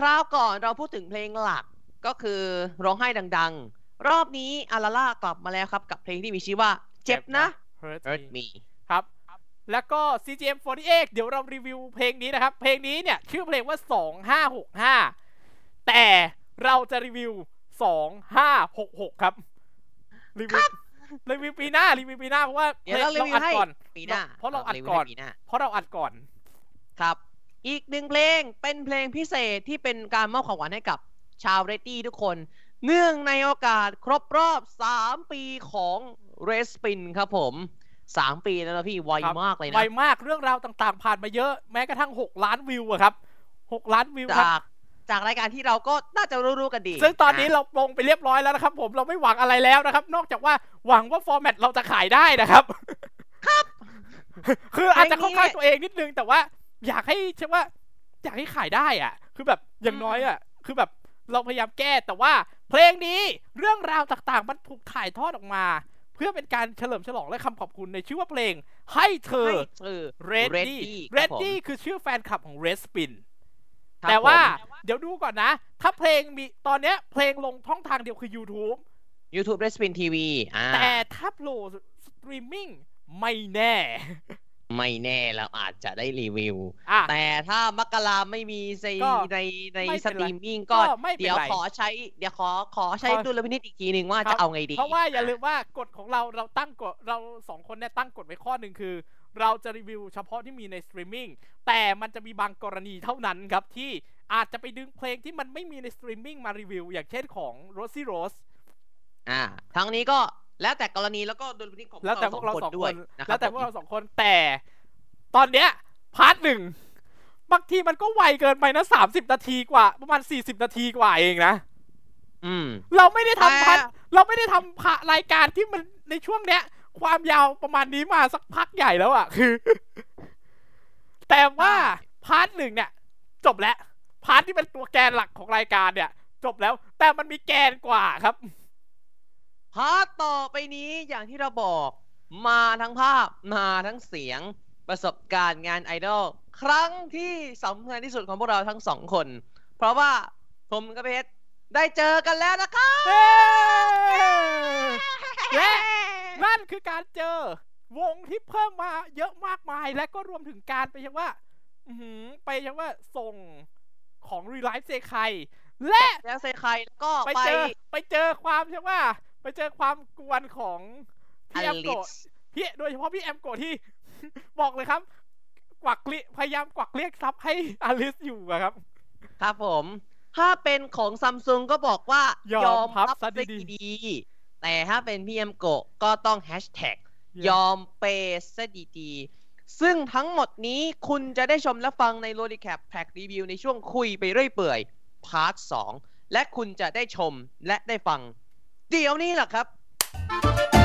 [SPEAKER 3] คราวก่อนเราพูดถึงเพลงหลักก็คือร้องไห้ดัง ๆ รอบนี้อาราล่ากลับมาแล้วครับกับเพลงที่มีชื่อว่า เจ็บนะ
[SPEAKER 2] เฮิร์
[SPEAKER 3] Hurt Me
[SPEAKER 2] ครับ แล้วก็ CGM 48เดี๋ยวเรารีวิวเพลงนี้นะครับ เพลงนี้เนี่ยชื่อเพลงว่า 2565 แต่เราจะรีวิว 2566 ครับ รีวิว รีวิวปีหน้า รีวิวปีหน้า เพราะว่า
[SPEAKER 3] เดี๋ยวเรารีวิว
[SPEAKER 2] อัด
[SPEAKER 3] ให้
[SPEAKER 2] ก่อน
[SPEAKER 3] ปีหน้า
[SPEAKER 2] เพราะเราอัด
[SPEAKER 3] วิว
[SPEAKER 2] ก่อน
[SPEAKER 3] ให้ปีหา
[SPEAKER 2] เพราะเราอัดก่อน
[SPEAKER 3] ครับ อีกหนึ่งเพลงเป็นเพลงพิเศษที่เป็นการมอบของขวัญให้กับชาวเรตตี้ทุกคน เนื่องในโอกาสครบรอบ 3 ปีของเรสปินครับผม 3 ปีแล้วนะพี่ไว
[SPEAKER 2] ครับ
[SPEAKER 3] มากเลย
[SPEAKER 2] ไว
[SPEAKER 3] นะ
[SPEAKER 2] มากเรื่องราวต่างๆ ผ่านมาเยอะ แม้กระทั่ง 6 ล้านวิวอะครับ 6 ล้านวิวครับ
[SPEAKER 3] จากจากรายการที่เราก็น่าจะรู้ๆกันดี
[SPEAKER 2] ซึ่งตอนนี้
[SPEAKER 3] ะ
[SPEAKER 2] เราลงไปเรียบร้อยแล้วนะครับ ผม เราไม่หวังอะไรแล้วนะครับ นอกจากว่าหวังว่าฟอร์แมตเราจะขายได้นะครับ ครับ คืออาจจะเข้าข้างตัวเองนิดนึง แต่ว่า อยากให้ใช่ว่า อยากให้ขายได้อ่ะ คือแบบอย่างน้อยอ่ะ คือแบบเราพยายามแก้แต่ว่า เพลงนี้เรื่องราวต่างๆ มันถูกถ่ายทอดออกมา เพื่อเป็นการเฉลิมฉลองและคำขอบคุณในชื่อว่าเพลง ให้เธอ
[SPEAKER 3] ให้ชื่อ
[SPEAKER 2] Ready
[SPEAKER 3] Ready ครับ
[SPEAKER 2] Ready คือชื่อแฟนคลับของ Red Spin
[SPEAKER 3] ครับ
[SPEAKER 2] แต่ว่า
[SPEAKER 3] ผม
[SPEAKER 2] เดี๋ยวดูก่อนนะ ถ้าเพลงมีตอนเนี้ยเพลงลงช่องทางเดียวคือ YouTube
[SPEAKER 3] YouTube Red Spin TV อ่า
[SPEAKER 2] แต่ถ้าโหลดสตรีมมิ่งไม่แน่
[SPEAKER 3] ไม่แน่เราอาจจะได้รีวิว
[SPEAKER 2] อ่ะ
[SPEAKER 3] แต่ถ้ามกราไม่มีใน
[SPEAKER 2] ก็
[SPEAKER 3] ในใน
[SPEAKER 2] ไม่
[SPEAKER 3] ส
[SPEAKER 2] เป็น
[SPEAKER 3] ต
[SPEAKER 2] ไร
[SPEAKER 3] รีมมิ่งก็
[SPEAKER 2] ก็ไม่เป็นไร
[SPEAKER 3] เดี๋ยวขอใช้เดี๋ยวขอขอใช้
[SPEAKER 2] ขอ
[SPEAKER 3] ดุลพินิจอีกทีหนึ่งว่า
[SPEAKER 2] ครับ
[SPEAKER 3] จะเอาไงดี
[SPEAKER 2] เพราะว่าอย่าลืมว่ากฎของเราเราตั้งกฎเราสองคนเนี่ยตั้งกฎไว้ข้อหนึ่งคือ เราจะรีวิวเฉพาะที่มีในสตรีมมิ่งแต่มันจะมีบางกรณีเท่านั้นครับ ที่อาจจะไปดึงเพลงที่มันไม่มีในสตรีมมิ่งมารีวิว อย่างเช่นของ Rosie Rose
[SPEAKER 3] อ่าทั้งนี้ก็แล้วแต่กรณีแล้วก็ดุลพินิจของ
[SPEAKER 2] แล้วแต่พวกเราสอง
[SPEAKER 3] ด้
[SPEAKER 2] ค
[SPEAKER 3] วย
[SPEAKER 2] น
[SPEAKER 3] นะค
[SPEAKER 2] แล้
[SPEAKER 3] รั
[SPEAKER 2] ว
[SPEAKER 3] บ
[SPEAKER 2] แต่พว
[SPEAKER 3] ผ
[SPEAKER 2] ก
[SPEAKER 3] ม
[SPEAKER 2] เราสองคนแต่ ตอนเนี้ยพาร์ทหนึ่งบางทีมันก็ไวเกินไปนะสามสิบนาทีกว่า ประมาณสี่สิบนาทีกว่าเองนะ
[SPEAKER 3] อืม
[SPEAKER 2] เราไม่ได้ทำพัน
[SPEAKER 3] แต่
[SPEAKER 2] เราไม่ได้ทำพะรายการที่มันในช่วงเนี้ย ความยาวประมาณนี้มาสักพักใหญ่แล้วอะคือ แต่ว่าพาร์ทหนึ่งเนี่ย จบแล้ว พาร์ทที่เป็นตัวแกนหลักของรายการเนี่ย จบแล้ว แต่มันมีแกนกว่าครับ
[SPEAKER 3] พาร์ทต่อไปนี้อย่างที่เราบอก มาทั้งภาพมาทั้งเสียงประสบการณ์งานไอดอลครั้งที่สำคัญที่สุดของพวกเราทั้งสองคน เพราะว่าผมกับเพชรได้เจอกันแล้วนะครับ
[SPEAKER 2] และ นั่นคือการเจอ วงที่เพิ่มมาเยอะมากมายและก็รวมถึงการไปยังว่า อื้อหือไปยังว่าส่งของรีไลฟ์เซคายและ
[SPEAKER 3] แล้วเซใครแล้วก็
[SPEAKER 2] ไป
[SPEAKER 3] ไป
[SPEAKER 2] เจอไปเจอความใช่ว่า ไปเจอความกวนของ
[SPEAKER 3] อ
[SPEAKER 2] พี่แอม
[SPEAKER 3] ลิ
[SPEAKER 2] โกะ
[SPEAKER 3] ส
[SPEAKER 2] พี่โดยเฉพาะพี่แอมโกะที่ บอกเลยครับ กวักลิพยายามกวักเรียกซับให้อลิสอยู่อะครับ
[SPEAKER 3] ครับผม ถ้าเป็นของซัมซุงก็บอกว่ายย
[SPEAKER 2] อมพับซะดีๆ
[SPEAKER 3] ดีๆแต่ถ้าเป็นพี่เอ็มโกะก็ต้องแฮชแท็กยอมเปย์ซะดีๆซึ่งทั้งหมดนี้คุณจะได้ชมและฟังในโรดิแคปแพ็กรีวิวในช่วงคุยไปเรื่อยเปื่อยพาร์ท 2 และคุณจะได้ชมและได้ฟัง เดี๋ยวนี้แหละครับ
[SPEAKER 5] อ